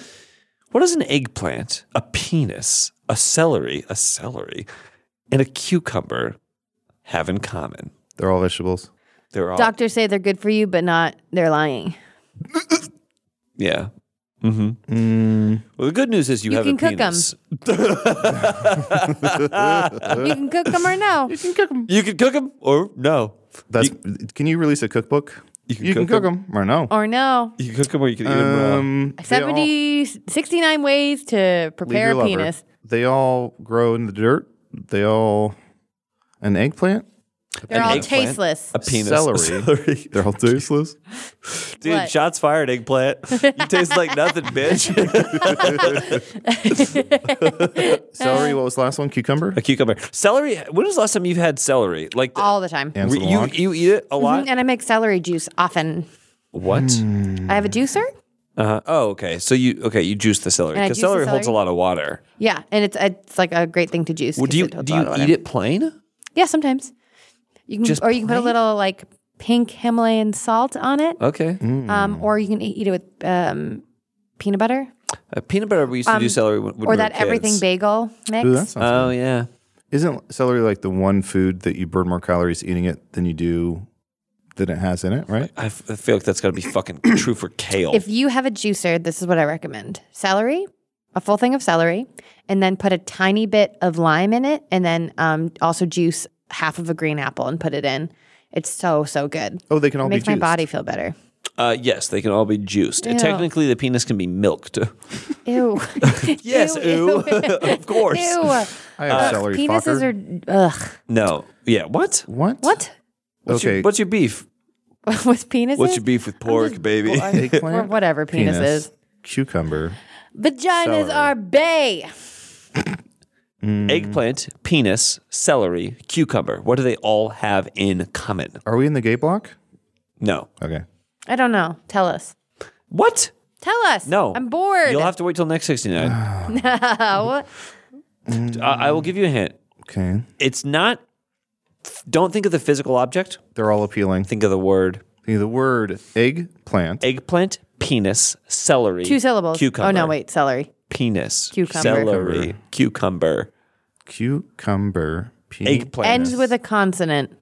[SPEAKER 3] what does an eggplant, a penis, a celery, a celery, and a cucumber have in common?
[SPEAKER 2] They're all vegetables.
[SPEAKER 3] They're all
[SPEAKER 5] Doctors say they're good for you, but not, they're lying.
[SPEAKER 3] Yeah. Mm-hmm. Well, the good news is you,
[SPEAKER 5] You
[SPEAKER 3] have
[SPEAKER 5] can
[SPEAKER 3] a
[SPEAKER 5] cook 'em.
[SPEAKER 3] penis.
[SPEAKER 2] Uh.
[SPEAKER 5] You can cook them or no.
[SPEAKER 3] You can cook them or no.
[SPEAKER 2] That's. can you release a cookbook? You
[SPEAKER 3] can cook
[SPEAKER 2] them or no?
[SPEAKER 5] Or no.
[SPEAKER 3] You can cook them or you can eat them raw.
[SPEAKER 2] Um, they all-
[SPEAKER 5] 70, 69 ways to
[SPEAKER 2] leave your
[SPEAKER 5] prepare a
[SPEAKER 2] lover.
[SPEAKER 5] penis.
[SPEAKER 2] They all grow in the dirt. They all an eggplant.
[SPEAKER 5] They're
[SPEAKER 3] An
[SPEAKER 5] all
[SPEAKER 3] eggplant?
[SPEAKER 5] tasteless.
[SPEAKER 3] A penis.
[SPEAKER 2] Celery. They're all tasteless.
[SPEAKER 3] Dude,
[SPEAKER 5] What?
[SPEAKER 3] shots fired, eggplant. You taste like nothing, bitch.
[SPEAKER 2] Celery. What was the last one? Cucumber.
[SPEAKER 3] a cucumber. Celery. When was the last time you've had celery? Like the-
[SPEAKER 5] All the time.
[SPEAKER 2] And
[SPEAKER 3] re- you,
[SPEAKER 2] salon.
[SPEAKER 3] you eat it a
[SPEAKER 2] Mhm.
[SPEAKER 3] lot.
[SPEAKER 5] And I make celery juice often.
[SPEAKER 3] What?
[SPEAKER 5] I have a
[SPEAKER 3] Mm.
[SPEAKER 5] juicer.
[SPEAKER 3] Uh, oh, okay. So you okay? You juice the celery
[SPEAKER 5] And I
[SPEAKER 3] because
[SPEAKER 5] juice the
[SPEAKER 3] celery, holds a
[SPEAKER 5] celery.
[SPEAKER 3] lot of water.
[SPEAKER 5] Yeah, and it's it's like a great thing to juice.
[SPEAKER 3] Well, do
[SPEAKER 5] 'cause
[SPEAKER 3] you
[SPEAKER 5] it holds
[SPEAKER 3] do
[SPEAKER 5] a lot
[SPEAKER 3] you
[SPEAKER 5] of water.
[SPEAKER 3] eat it plain?
[SPEAKER 5] Yeah, sometimes. You can
[SPEAKER 3] Just
[SPEAKER 5] or you can put a
[SPEAKER 3] plain?
[SPEAKER 5] little like pink Himalayan salt on it,
[SPEAKER 3] Okay. Mm.
[SPEAKER 5] um, or you can eat it with um, peanut butter
[SPEAKER 3] Uh, peanut butter. We used to do celery when, when we
[SPEAKER 5] Um, or
[SPEAKER 3] were
[SPEAKER 5] that everything
[SPEAKER 3] kids.
[SPEAKER 5] bagel mix.
[SPEAKER 2] Ooh, that sounds
[SPEAKER 3] Oh yeah.
[SPEAKER 2] Isn't celery like the one food that you burn more calories eating it than you do than it has in it, right?
[SPEAKER 3] I, f- I feel like that's got to be fucking true for kale.
[SPEAKER 5] if you have a juicer, this is what I recommend: celery, a full thing of celery, and then put a tiny bit of lime in it, and then um, also juice half of a green apple and put it in. It's so so good.
[SPEAKER 2] Oh, they can all
[SPEAKER 5] It makes
[SPEAKER 2] be
[SPEAKER 5] my
[SPEAKER 2] juiced.
[SPEAKER 5] body feel better.
[SPEAKER 3] uh, yes, they can all be juiced. And
[SPEAKER 5] Ew.
[SPEAKER 3] technically, the penis can be milked.
[SPEAKER 5] Ew.
[SPEAKER 3] yes. Ooh. of course.
[SPEAKER 5] Ew.
[SPEAKER 2] I
[SPEAKER 3] Uh,
[SPEAKER 2] have celery
[SPEAKER 5] Uh, Penises
[SPEAKER 2] fucker.
[SPEAKER 5] are ugh.
[SPEAKER 3] No. Yeah. What?
[SPEAKER 2] what?
[SPEAKER 5] What?
[SPEAKER 3] What's
[SPEAKER 2] okay.
[SPEAKER 3] Your, what's your beef?
[SPEAKER 5] With penises?
[SPEAKER 3] What's your beef with pork, baby?
[SPEAKER 2] Eggplant,
[SPEAKER 5] or whatever penis is.
[SPEAKER 2] Cucumber.
[SPEAKER 5] Vaginas
[SPEAKER 2] Celery.
[SPEAKER 5] are bay.
[SPEAKER 3] Eggplant, penis, celery, cucumber. What do they all have in common?
[SPEAKER 2] Are we in the gay block?
[SPEAKER 3] No.
[SPEAKER 2] Okay.
[SPEAKER 5] I don't know. Tell us.
[SPEAKER 3] What?
[SPEAKER 5] Tell us.
[SPEAKER 3] No.
[SPEAKER 5] I'm bored.
[SPEAKER 3] You'll have to wait till next 69.
[SPEAKER 5] No.
[SPEAKER 3] I, I will give you a hint.
[SPEAKER 2] Okay.
[SPEAKER 3] It's not, don't think of the physical object,
[SPEAKER 2] They're all appealing.
[SPEAKER 3] think of the word
[SPEAKER 2] Think of the word eggplant.
[SPEAKER 3] eggplant, penis, celery.
[SPEAKER 5] Two syllables.
[SPEAKER 3] Cucumber.
[SPEAKER 5] Oh, no, wait. Celery.
[SPEAKER 3] Penis.
[SPEAKER 5] Cucumber.
[SPEAKER 3] Celery. Cucumber.
[SPEAKER 2] Cucumber. Pea,
[SPEAKER 3] Eggplant.
[SPEAKER 5] Ends with a consonant.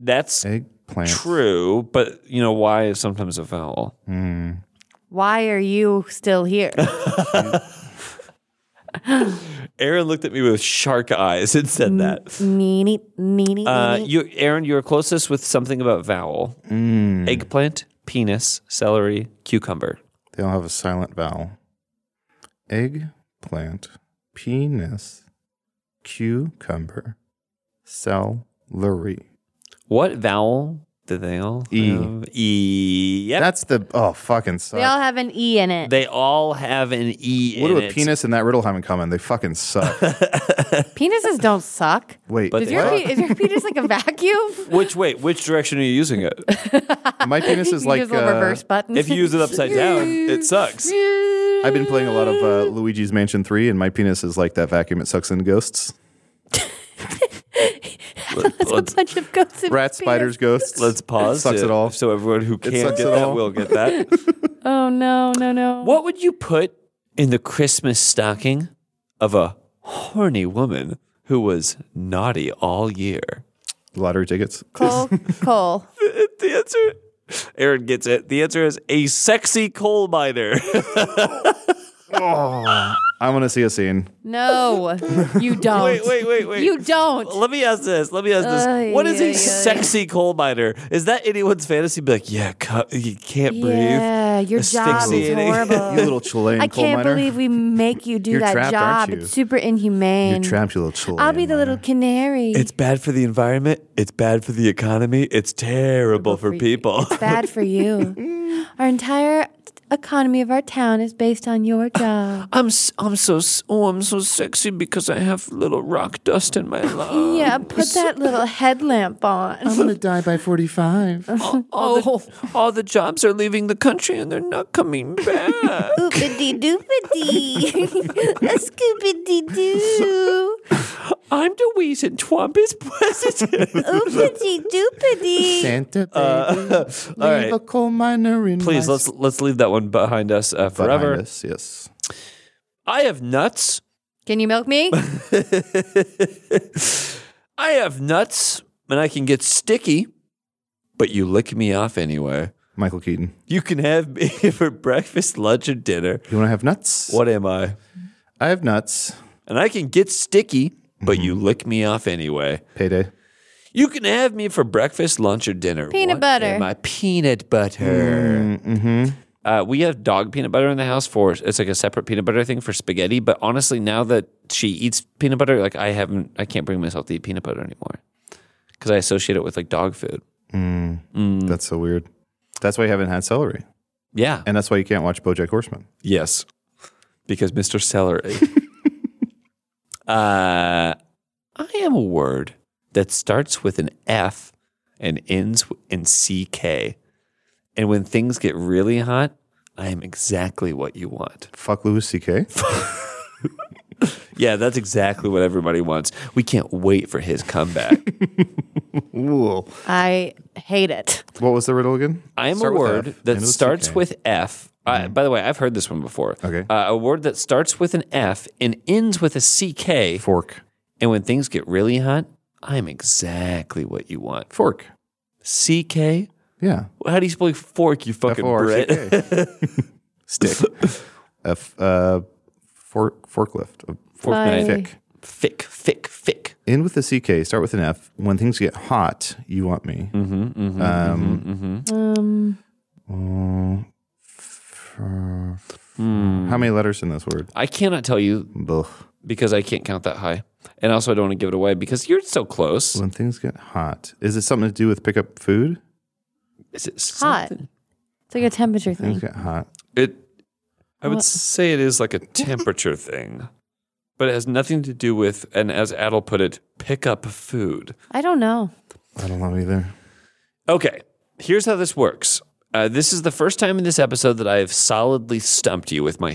[SPEAKER 3] That's
[SPEAKER 2] Eggplant.
[SPEAKER 3] true, but you know why is sometimes a vowel.
[SPEAKER 2] Mm.
[SPEAKER 5] Why are you still here?
[SPEAKER 3] Aaron looked at me with shark eyes and said that.
[SPEAKER 5] Mm-hmm. Neeny, neeny,
[SPEAKER 3] Uh,
[SPEAKER 5] neeny.
[SPEAKER 3] you, Aaron, you were closest with something about vowel.
[SPEAKER 2] Mm.
[SPEAKER 3] Eggplant, penis, celery, cucumber.
[SPEAKER 2] They all have a silent vowel. Eggplant, penis, cucumber, celery.
[SPEAKER 3] What vowel did they all?
[SPEAKER 2] E.
[SPEAKER 3] Have? E. Yep.
[SPEAKER 2] That's the oh fucking suck.
[SPEAKER 5] They all have an E in it.
[SPEAKER 3] they all have an E.
[SPEAKER 2] what
[SPEAKER 3] in
[SPEAKER 2] do a
[SPEAKER 3] it.
[SPEAKER 2] penis and that riddle have in common? They fucking suck.
[SPEAKER 5] Penises don't suck.
[SPEAKER 2] Wait,
[SPEAKER 3] But
[SPEAKER 5] Is your,
[SPEAKER 3] What?
[SPEAKER 5] pe- is your penis like a vacuum?
[SPEAKER 3] Which wait, which direction are you using it?
[SPEAKER 2] my penis is
[SPEAKER 5] You
[SPEAKER 2] like
[SPEAKER 5] use little
[SPEAKER 2] uh,
[SPEAKER 5] reverse buttons.
[SPEAKER 3] If you use it upside down, it sucks.
[SPEAKER 2] I've been playing a lot of uh, Luigi's Mansion Three, and my penis is like that vacuum. It sucks in ghosts,
[SPEAKER 5] That's a bunch of ghosts. in
[SPEAKER 2] rats,
[SPEAKER 5] penis.
[SPEAKER 2] spiders, ghosts.
[SPEAKER 3] Let's pause.
[SPEAKER 2] Sucks it all.
[SPEAKER 3] So everyone who can get
[SPEAKER 2] sucks it
[SPEAKER 3] that
[SPEAKER 2] all.
[SPEAKER 3] will get that.
[SPEAKER 5] Oh no, no, no.
[SPEAKER 3] what would you put in the Christmas stocking of a horny woman who was naughty all year?
[SPEAKER 2] lottery tickets.
[SPEAKER 5] Coal, coal.
[SPEAKER 3] The answer, Aaron gets it. The answer is a sexy coal miner.
[SPEAKER 2] I want to see a scene.
[SPEAKER 5] No, you don't.
[SPEAKER 3] wait, wait, wait, wait.
[SPEAKER 5] You don't.
[SPEAKER 3] Let me ask this. Let me ask this.
[SPEAKER 5] Ay,
[SPEAKER 3] what is a
[SPEAKER 5] ay, ay.
[SPEAKER 3] sexy coal miner? Is that anyone's fantasy? Be like, yeah, cu- you can't
[SPEAKER 5] Yeah,
[SPEAKER 3] breathe.
[SPEAKER 5] your job is
[SPEAKER 3] Asphyxiating.
[SPEAKER 5] horrible.
[SPEAKER 2] You little Chilean
[SPEAKER 5] I
[SPEAKER 2] coal
[SPEAKER 5] can't
[SPEAKER 2] miner.
[SPEAKER 5] believe we make you do
[SPEAKER 2] You're
[SPEAKER 5] that
[SPEAKER 2] trapped, aren't
[SPEAKER 5] job.
[SPEAKER 2] you?
[SPEAKER 5] It's super inhumane.
[SPEAKER 2] You're trapped, you little Chilean.
[SPEAKER 5] I'll be the little canary.
[SPEAKER 3] It's bad for the environment. It's bad for the economy. It's terrible for people.
[SPEAKER 5] It's bad for you. our entire economy of our town is based on your job.
[SPEAKER 2] Oh,
[SPEAKER 3] I'm s- I'm so s- oh I'm so sexy because I have little rock dust in my lung.
[SPEAKER 5] yeah, put that little headlamp on.
[SPEAKER 2] gonna die by forty-five.
[SPEAKER 3] All,
[SPEAKER 5] Oh.
[SPEAKER 3] the, all the jobs are leaving the country and they're not coming back.
[SPEAKER 5] Oopity doopity. A scoopity doo.
[SPEAKER 3] I'm the reason Trump is president.
[SPEAKER 5] Oopity doopity.
[SPEAKER 2] Santa baby, leave a coal miner in
[SPEAKER 3] Uh, Please
[SPEAKER 2] my
[SPEAKER 3] let's let's leave that one behind us uh,
[SPEAKER 2] Behind
[SPEAKER 3] forever.
[SPEAKER 2] us, yes.
[SPEAKER 3] I have nuts.
[SPEAKER 5] Can you milk me?
[SPEAKER 3] I have nuts and I can get sticky, but you lick me off anyway.
[SPEAKER 2] Michael Keaton.
[SPEAKER 3] You can have me for breakfast, lunch, and dinner.
[SPEAKER 2] You want to have nuts?
[SPEAKER 3] What am I?
[SPEAKER 2] I have nuts.
[SPEAKER 3] and I can get sticky, but
[SPEAKER 2] Mm-hmm.
[SPEAKER 3] you lick me off anyway.
[SPEAKER 2] Payday.
[SPEAKER 3] You can have me for breakfast, lunch, or dinner.
[SPEAKER 5] Peanut
[SPEAKER 3] What
[SPEAKER 5] butter.
[SPEAKER 3] am I? peanut butter.
[SPEAKER 2] Mm-hmm.
[SPEAKER 3] Uh, we have dog peanut butter in the house for it's like a separate peanut butter thing for spaghetti. But honestly, now that she eats peanut butter, like I haven't, I can't bring myself to eat peanut butter anymore because I associate it with like dog food.
[SPEAKER 2] That's so weird. That's why you haven't had celery,
[SPEAKER 3] Yeah.
[SPEAKER 2] and that's why you can't watch BoJack Horseman.
[SPEAKER 3] Yes, because Mr. Celery. uh, I am a word that starts with an F and ends w- in CK. And when things get really hot, I am exactly what you want.
[SPEAKER 2] Fuck Louis C.K.
[SPEAKER 3] Yeah, that's exactly what everybody wants. We can't wait for his comeback.
[SPEAKER 2] Ooh.
[SPEAKER 5] I hate it.
[SPEAKER 2] What was the riddle again?
[SPEAKER 3] I am
[SPEAKER 2] Start
[SPEAKER 3] a
[SPEAKER 2] with
[SPEAKER 3] word
[SPEAKER 2] F.
[SPEAKER 3] that
[SPEAKER 2] End with
[SPEAKER 3] starts
[SPEAKER 2] CK.
[SPEAKER 3] with F. Uh, by the way, I've heard this one before.
[SPEAKER 2] Mm-hmm. Okay.
[SPEAKER 3] Uh, a word that starts with an F and ends with a CK.
[SPEAKER 2] fork.
[SPEAKER 3] And when things get really hot, I'm exactly what you want.
[SPEAKER 2] Fork.
[SPEAKER 3] CK?
[SPEAKER 2] Yeah.
[SPEAKER 3] How do you spell fork, you fucking Brit?
[SPEAKER 2] F-O-R-C-K. Stick. F. Uh, fork. Forklift. A
[SPEAKER 3] Fork
[SPEAKER 5] Bye.
[SPEAKER 3] knife.
[SPEAKER 2] Thick.
[SPEAKER 3] Thick, thick, thick.
[SPEAKER 2] End with a CK. Start with an F. When things get hot, you want me.
[SPEAKER 3] Mm-hmm, mm-hmm,
[SPEAKER 2] Um,
[SPEAKER 3] mm-hmm.
[SPEAKER 5] Um,
[SPEAKER 2] mm, f-
[SPEAKER 3] mm-hmm.
[SPEAKER 2] How many letters in this word?
[SPEAKER 3] I cannot tell you
[SPEAKER 2] Ugh.
[SPEAKER 3] because I can't count that high. And also, I don't want to give it away because you're so close.
[SPEAKER 2] When things get hot, is it something to do with pick up food?
[SPEAKER 3] Is it
[SPEAKER 5] hot.
[SPEAKER 3] something?
[SPEAKER 5] It's like a temperature
[SPEAKER 2] Things
[SPEAKER 5] thing.
[SPEAKER 2] get hot.
[SPEAKER 3] It, I would
[SPEAKER 5] What?
[SPEAKER 3] say it is like a temperature thing, but it has nothing to do with, and as Adel put it, pick up food.
[SPEAKER 5] I don't know.
[SPEAKER 2] I don't know either.
[SPEAKER 3] Okay, here's how this works. Uh, this is the first time in this episode that I have solidly stumped you with my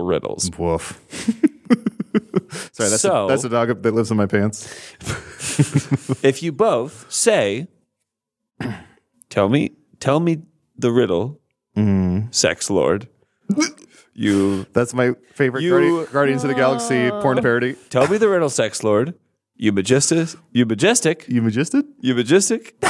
[SPEAKER 3] riddles.
[SPEAKER 2] Woof. Sorry, that's,
[SPEAKER 3] So-
[SPEAKER 2] a, that's a dog that lives in my pants.
[SPEAKER 3] if you both say, "Tell me, tell me the riddle, sex lord," You
[SPEAKER 2] That's my favorite
[SPEAKER 3] You-
[SPEAKER 2] Guardi- Guardians of the Galaxy porn parody.
[SPEAKER 3] tell me the riddle, sex lord. You majestic. You majestic.
[SPEAKER 2] You majestic?
[SPEAKER 3] You majestic.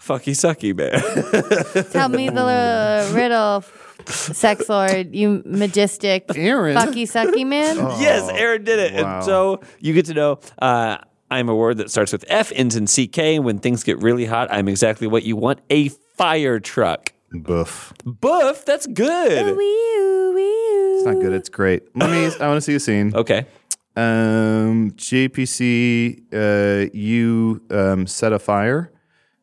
[SPEAKER 3] Fucky sucky, man.
[SPEAKER 5] Tell me the uh, riddle, sex lord, you majestic,
[SPEAKER 2] Aaron.
[SPEAKER 5] fucky sucky man.
[SPEAKER 3] yes, Aaron did it.
[SPEAKER 2] wow.
[SPEAKER 3] And so you get to know uh, I'm a word that starts with F, ends in CK. When things get really hot, I'm exactly what you want a fire truck.
[SPEAKER 2] Boof.
[SPEAKER 3] Boof, that's
[SPEAKER 5] Oh.
[SPEAKER 3] good.
[SPEAKER 2] It's not good. It's great. Let me. I want to see a scene.
[SPEAKER 3] Okay.
[SPEAKER 2] Um, JPC, uh, you um, set a fire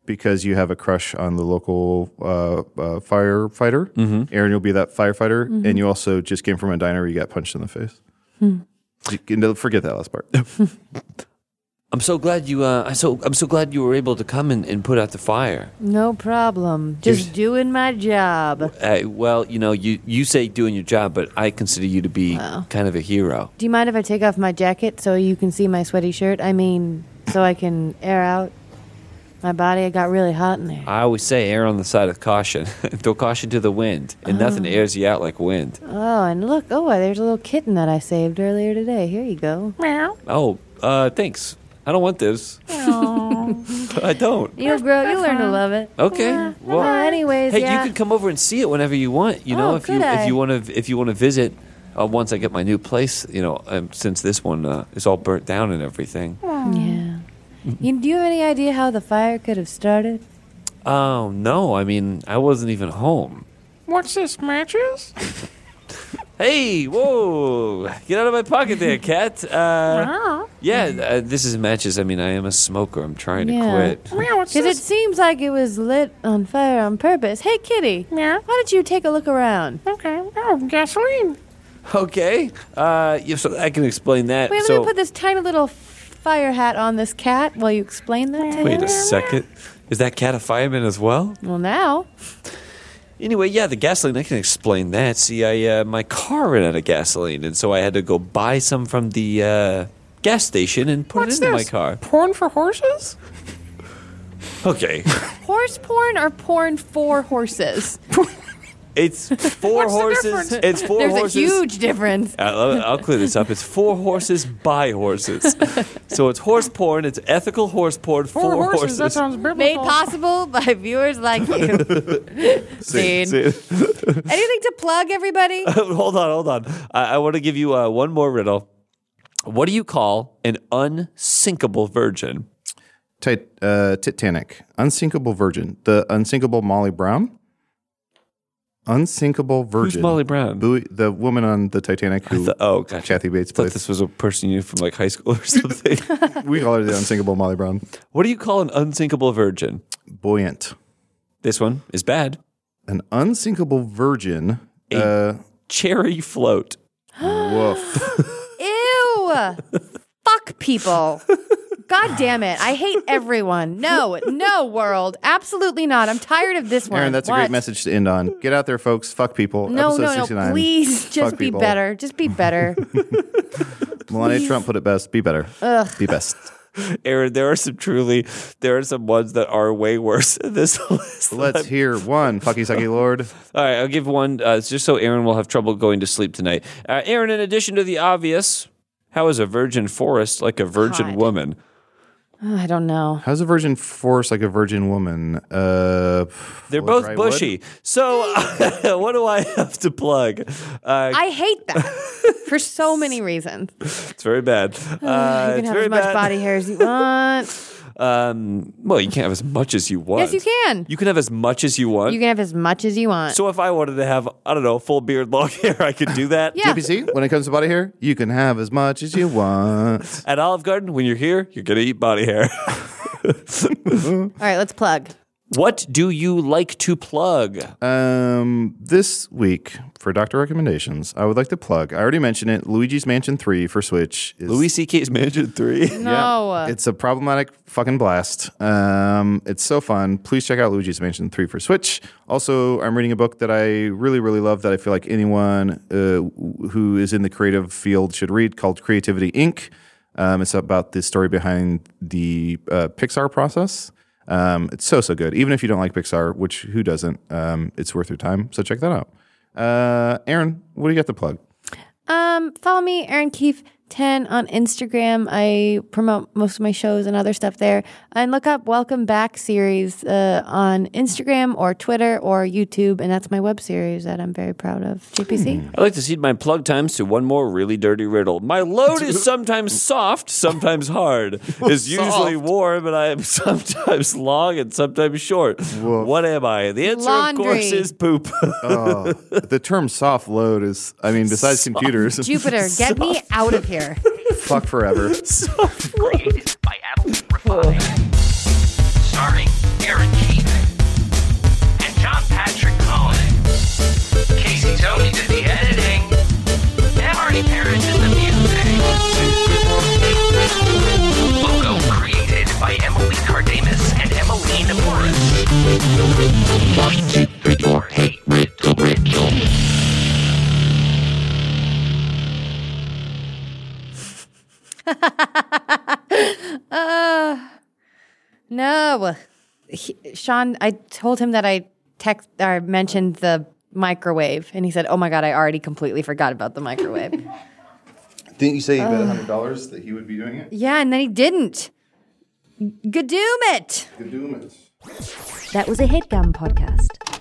[SPEAKER 2] because you have a crush on the local uh, uh, firefighter.
[SPEAKER 3] Mm-hmm.
[SPEAKER 2] Aaron, you'll be that firefighter, and you also just came from a diner where you got punched in the face. You can- no, forget that last part.
[SPEAKER 3] I'm so glad you. Uh, I so I'm so glad you were able to come and, and put out the fire.
[SPEAKER 5] No problem. Just doing my job.
[SPEAKER 3] Uh, well, you know, you you say doing your job, but I consider you to be kind of a hero.
[SPEAKER 5] Do you mind if I take off my jacket so you can see my sweaty shirt? I mean, so I can air out my body. It got really hot in there.
[SPEAKER 3] I always say, err on the side of caution. Throw caution to the wind, and nothing airs you out like wind.
[SPEAKER 5] Oh, and look. Oh, there's a little kitten that I saved earlier today. Here you go.
[SPEAKER 3] Oh, uh, thanks. I don't want this. I don't.
[SPEAKER 5] You'll grow. You'll learn to love it.
[SPEAKER 3] Okay.
[SPEAKER 5] Oh,
[SPEAKER 3] Well,
[SPEAKER 5] anyways,
[SPEAKER 3] hey,
[SPEAKER 5] yeah.
[SPEAKER 3] you can come over and see it whenever you want. You know,
[SPEAKER 5] Oh,
[SPEAKER 3] if you
[SPEAKER 5] could
[SPEAKER 3] if
[SPEAKER 5] I?
[SPEAKER 3] you want to if you want to visit. Uh, once I get my new place, you know, um, since this one uh, is all burnt down and everything.
[SPEAKER 5] Mm. Yeah. You, do you have any idea how the fire could have started?
[SPEAKER 3] Oh no! I mean, I wasn't even home. What's this, matches? hey, whoa! Get out of my pocket, there, cat. Uh, yeah, uh, this is matches. I mean, I am a smoker. I'm trying
[SPEAKER 5] Mm-hmm. Yeah.
[SPEAKER 3] to quit.
[SPEAKER 5] Because it seems like it was lit on fire on purpose. Hey, kitty. Yeah. Why don't you take a look around?
[SPEAKER 3] Okay. Uh, yeah, so I can explain that.
[SPEAKER 5] Wait, let
[SPEAKER 3] so
[SPEAKER 5] me put this tiny little fire hat on this cat while you explain that to
[SPEAKER 3] wait
[SPEAKER 5] him.
[SPEAKER 3] a second. Is that cat a fireman as well?
[SPEAKER 5] Well, now.
[SPEAKER 3] Anyway, yeah, the gasoline. I can explain that. See, I uh, my car ran out of gasoline, and so I had to go buy some from the uh, gas station and put it into my car.
[SPEAKER 12] Porn for horses?
[SPEAKER 3] Okay,
[SPEAKER 5] Horse porn or porn for horses?
[SPEAKER 3] it's four horses. It's four
[SPEAKER 5] There's
[SPEAKER 3] horses.
[SPEAKER 5] a huge difference.
[SPEAKER 3] I love it. I'll clear this up. It's four horses by horses. so it's horse porn. It's ethical horse porn for
[SPEAKER 12] Four horses,
[SPEAKER 3] horses.
[SPEAKER 12] That sounds biblical.
[SPEAKER 5] Made possible by viewers like you. Scene. Anything to plug, everybody?
[SPEAKER 3] hold on, hold on. I, I want to give you uh, one more riddle. What do you call an unsinkable virgin?
[SPEAKER 2] Tit- uh, Titanic, unsinkable virgin, the unsinkable Molly Brown, unsinkable virgin.
[SPEAKER 3] Molly Brown?
[SPEAKER 2] Buoy, the woman on the Titanic who
[SPEAKER 3] The- oh, gotcha.
[SPEAKER 2] Kathy Bates
[SPEAKER 3] I thought
[SPEAKER 2] plays.
[SPEAKER 3] this was a person you knew from like high school or something.
[SPEAKER 2] we call her the unsinkable Molly Brown.
[SPEAKER 3] what do you call an unsinkable virgin?
[SPEAKER 2] Buoyant,
[SPEAKER 3] This one is bad.
[SPEAKER 2] an unsinkable virgin. Uh,
[SPEAKER 3] Cherry float.
[SPEAKER 2] woof.
[SPEAKER 5] Ew. Fuck people. God damn it. I hate everyone. No, no, world. Absolutely not. I'm tired of this one.
[SPEAKER 2] Aaron, that's a
[SPEAKER 5] What?
[SPEAKER 2] great message to end on. Get out there, folks. Fuck people.
[SPEAKER 5] No,
[SPEAKER 2] Episode
[SPEAKER 5] no, no.
[SPEAKER 2] 69.
[SPEAKER 5] Please just
[SPEAKER 2] Fuck
[SPEAKER 5] be
[SPEAKER 2] people.
[SPEAKER 5] better. Just be better.
[SPEAKER 2] Melania Trump put it best. Be better. Be best.
[SPEAKER 3] Aaron, there are some truly, there are some ones that are way worse than this list.
[SPEAKER 2] Let's hear one. Fucky sucky lord.
[SPEAKER 3] All right, I'll give one uh, just so Aaron will have trouble going to sleep tonight. Uh, Aaron, in addition to the obvious, how is a virgin forest like a virgin
[SPEAKER 5] God.
[SPEAKER 3] woman?
[SPEAKER 5] Oh, I don't know.
[SPEAKER 2] How's a virgin force like a virgin woman? Uh,
[SPEAKER 3] They're
[SPEAKER 2] what,
[SPEAKER 3] both
[SPEAKER 2] dry wood?
[SPEAKER 3] bushy. So, what do I have to plug? Uh,
[SPEAKER 5] I hate that for so many reasons. Oh,
[SPEAKER 3] it's very bad. Uh,
[SPEAKER 5] you
[SPEAKER 3] it's
[SPEAKER 5] can have
[SPEAKER 3] very
[SPEAKER 5] as much
[SPEAKER 3] bad.
[SPEAKER 5] body hair as you want.
[SPEAKER 3] Um, well, you can't have as much as you want.
[SPEAKER 5] yes, you can.
[SPEAKER 3] You can have as much as you want.
[SPEAKER 5] You can have as much as you want.
[SPEAKER 3] so, if I wanted to have, I don't know, full beard, long hair, I could do that.
[SPEAKER 5] yeah.
[SPEAKER 2] JPC, when it comes to body hair, you can have as much as you want.
[SPEAKER 3] At Olive Garden, when you're here, you're going to eat body hair.
[SPEAKER 5] All right, let's plug.
[SPEAKER 3] what do you like to plug?
[SPEAKER 2] Um, this week for doctor recommendations, I would like to plug. I already mentioned it. Luigi's Mansion Three for Switch. Is,
[SPEAKER 3] Louis C.K.'s Mansion 3.
[SPEAKER 5] No.
[SPEAKER 2] It's a problematic fucking blast. Um, it's so fun. Please check out Luigi's Mansion 3 for Switch. Also, I'm reading a book that I really, really love that I feel like anyone uh, who is in the creative field should read called Creativity Inc. Um, it's about the story behind the uh, Pixar process. Um, it's so, so good. Even if you don't like Pixar, which who doesn't, um, it's worth your time. So check that out. Uh, Aaron, what do you got to plug?
[SPEAKER 5] Um, follow me, Aaron Keefe. 10 on Instagram. I promote most of my shows and other stuff there. And look up Welcome Back series uh, on Instagram or Twitter or YouTube. And that's my web series that I'm very proud of. JPC?
[SPEAKER 3] I like to cede my plug times to one more really dirty riddle. My load is sometimes soft, sometimes hard. It's usually warm, and I am sometimes long and sometimes short. What am I? The answer,
[SPEAKER 5] Laundry.
[SPEAKER 3] of course, is poop.
[SPEAKER 2] Oh, the term soft load is, I mean, besides computers,
[SPEAKER 5] Jupiter, get me out of here.
[SPEAKER 2] fuck forever.
[SPEAKER 1] Created by Adeline Refai. Starring Aaron Keith and John Patrick Cohen. Casey Tony did the editing. And Marty Parrish did the music. Logo created by Emily Cardamus and Emily Morris. Watch it or hate Riddle Riddle.
[SPEAKER 5] Uh, no. He- Sean, I told him that I text or mentioned the microwave. And he said, Oh my God, I already completely forgot about the microwave.
[SPEAKER 2] Didn't you say you bet $100 that he would be doing it?
[SPEAKER 5] Yeah, and then he didn't. Gadoom it!
[SPEAKER 2] Good doing it.
[SPEAKER 4] That was a headgum podcast.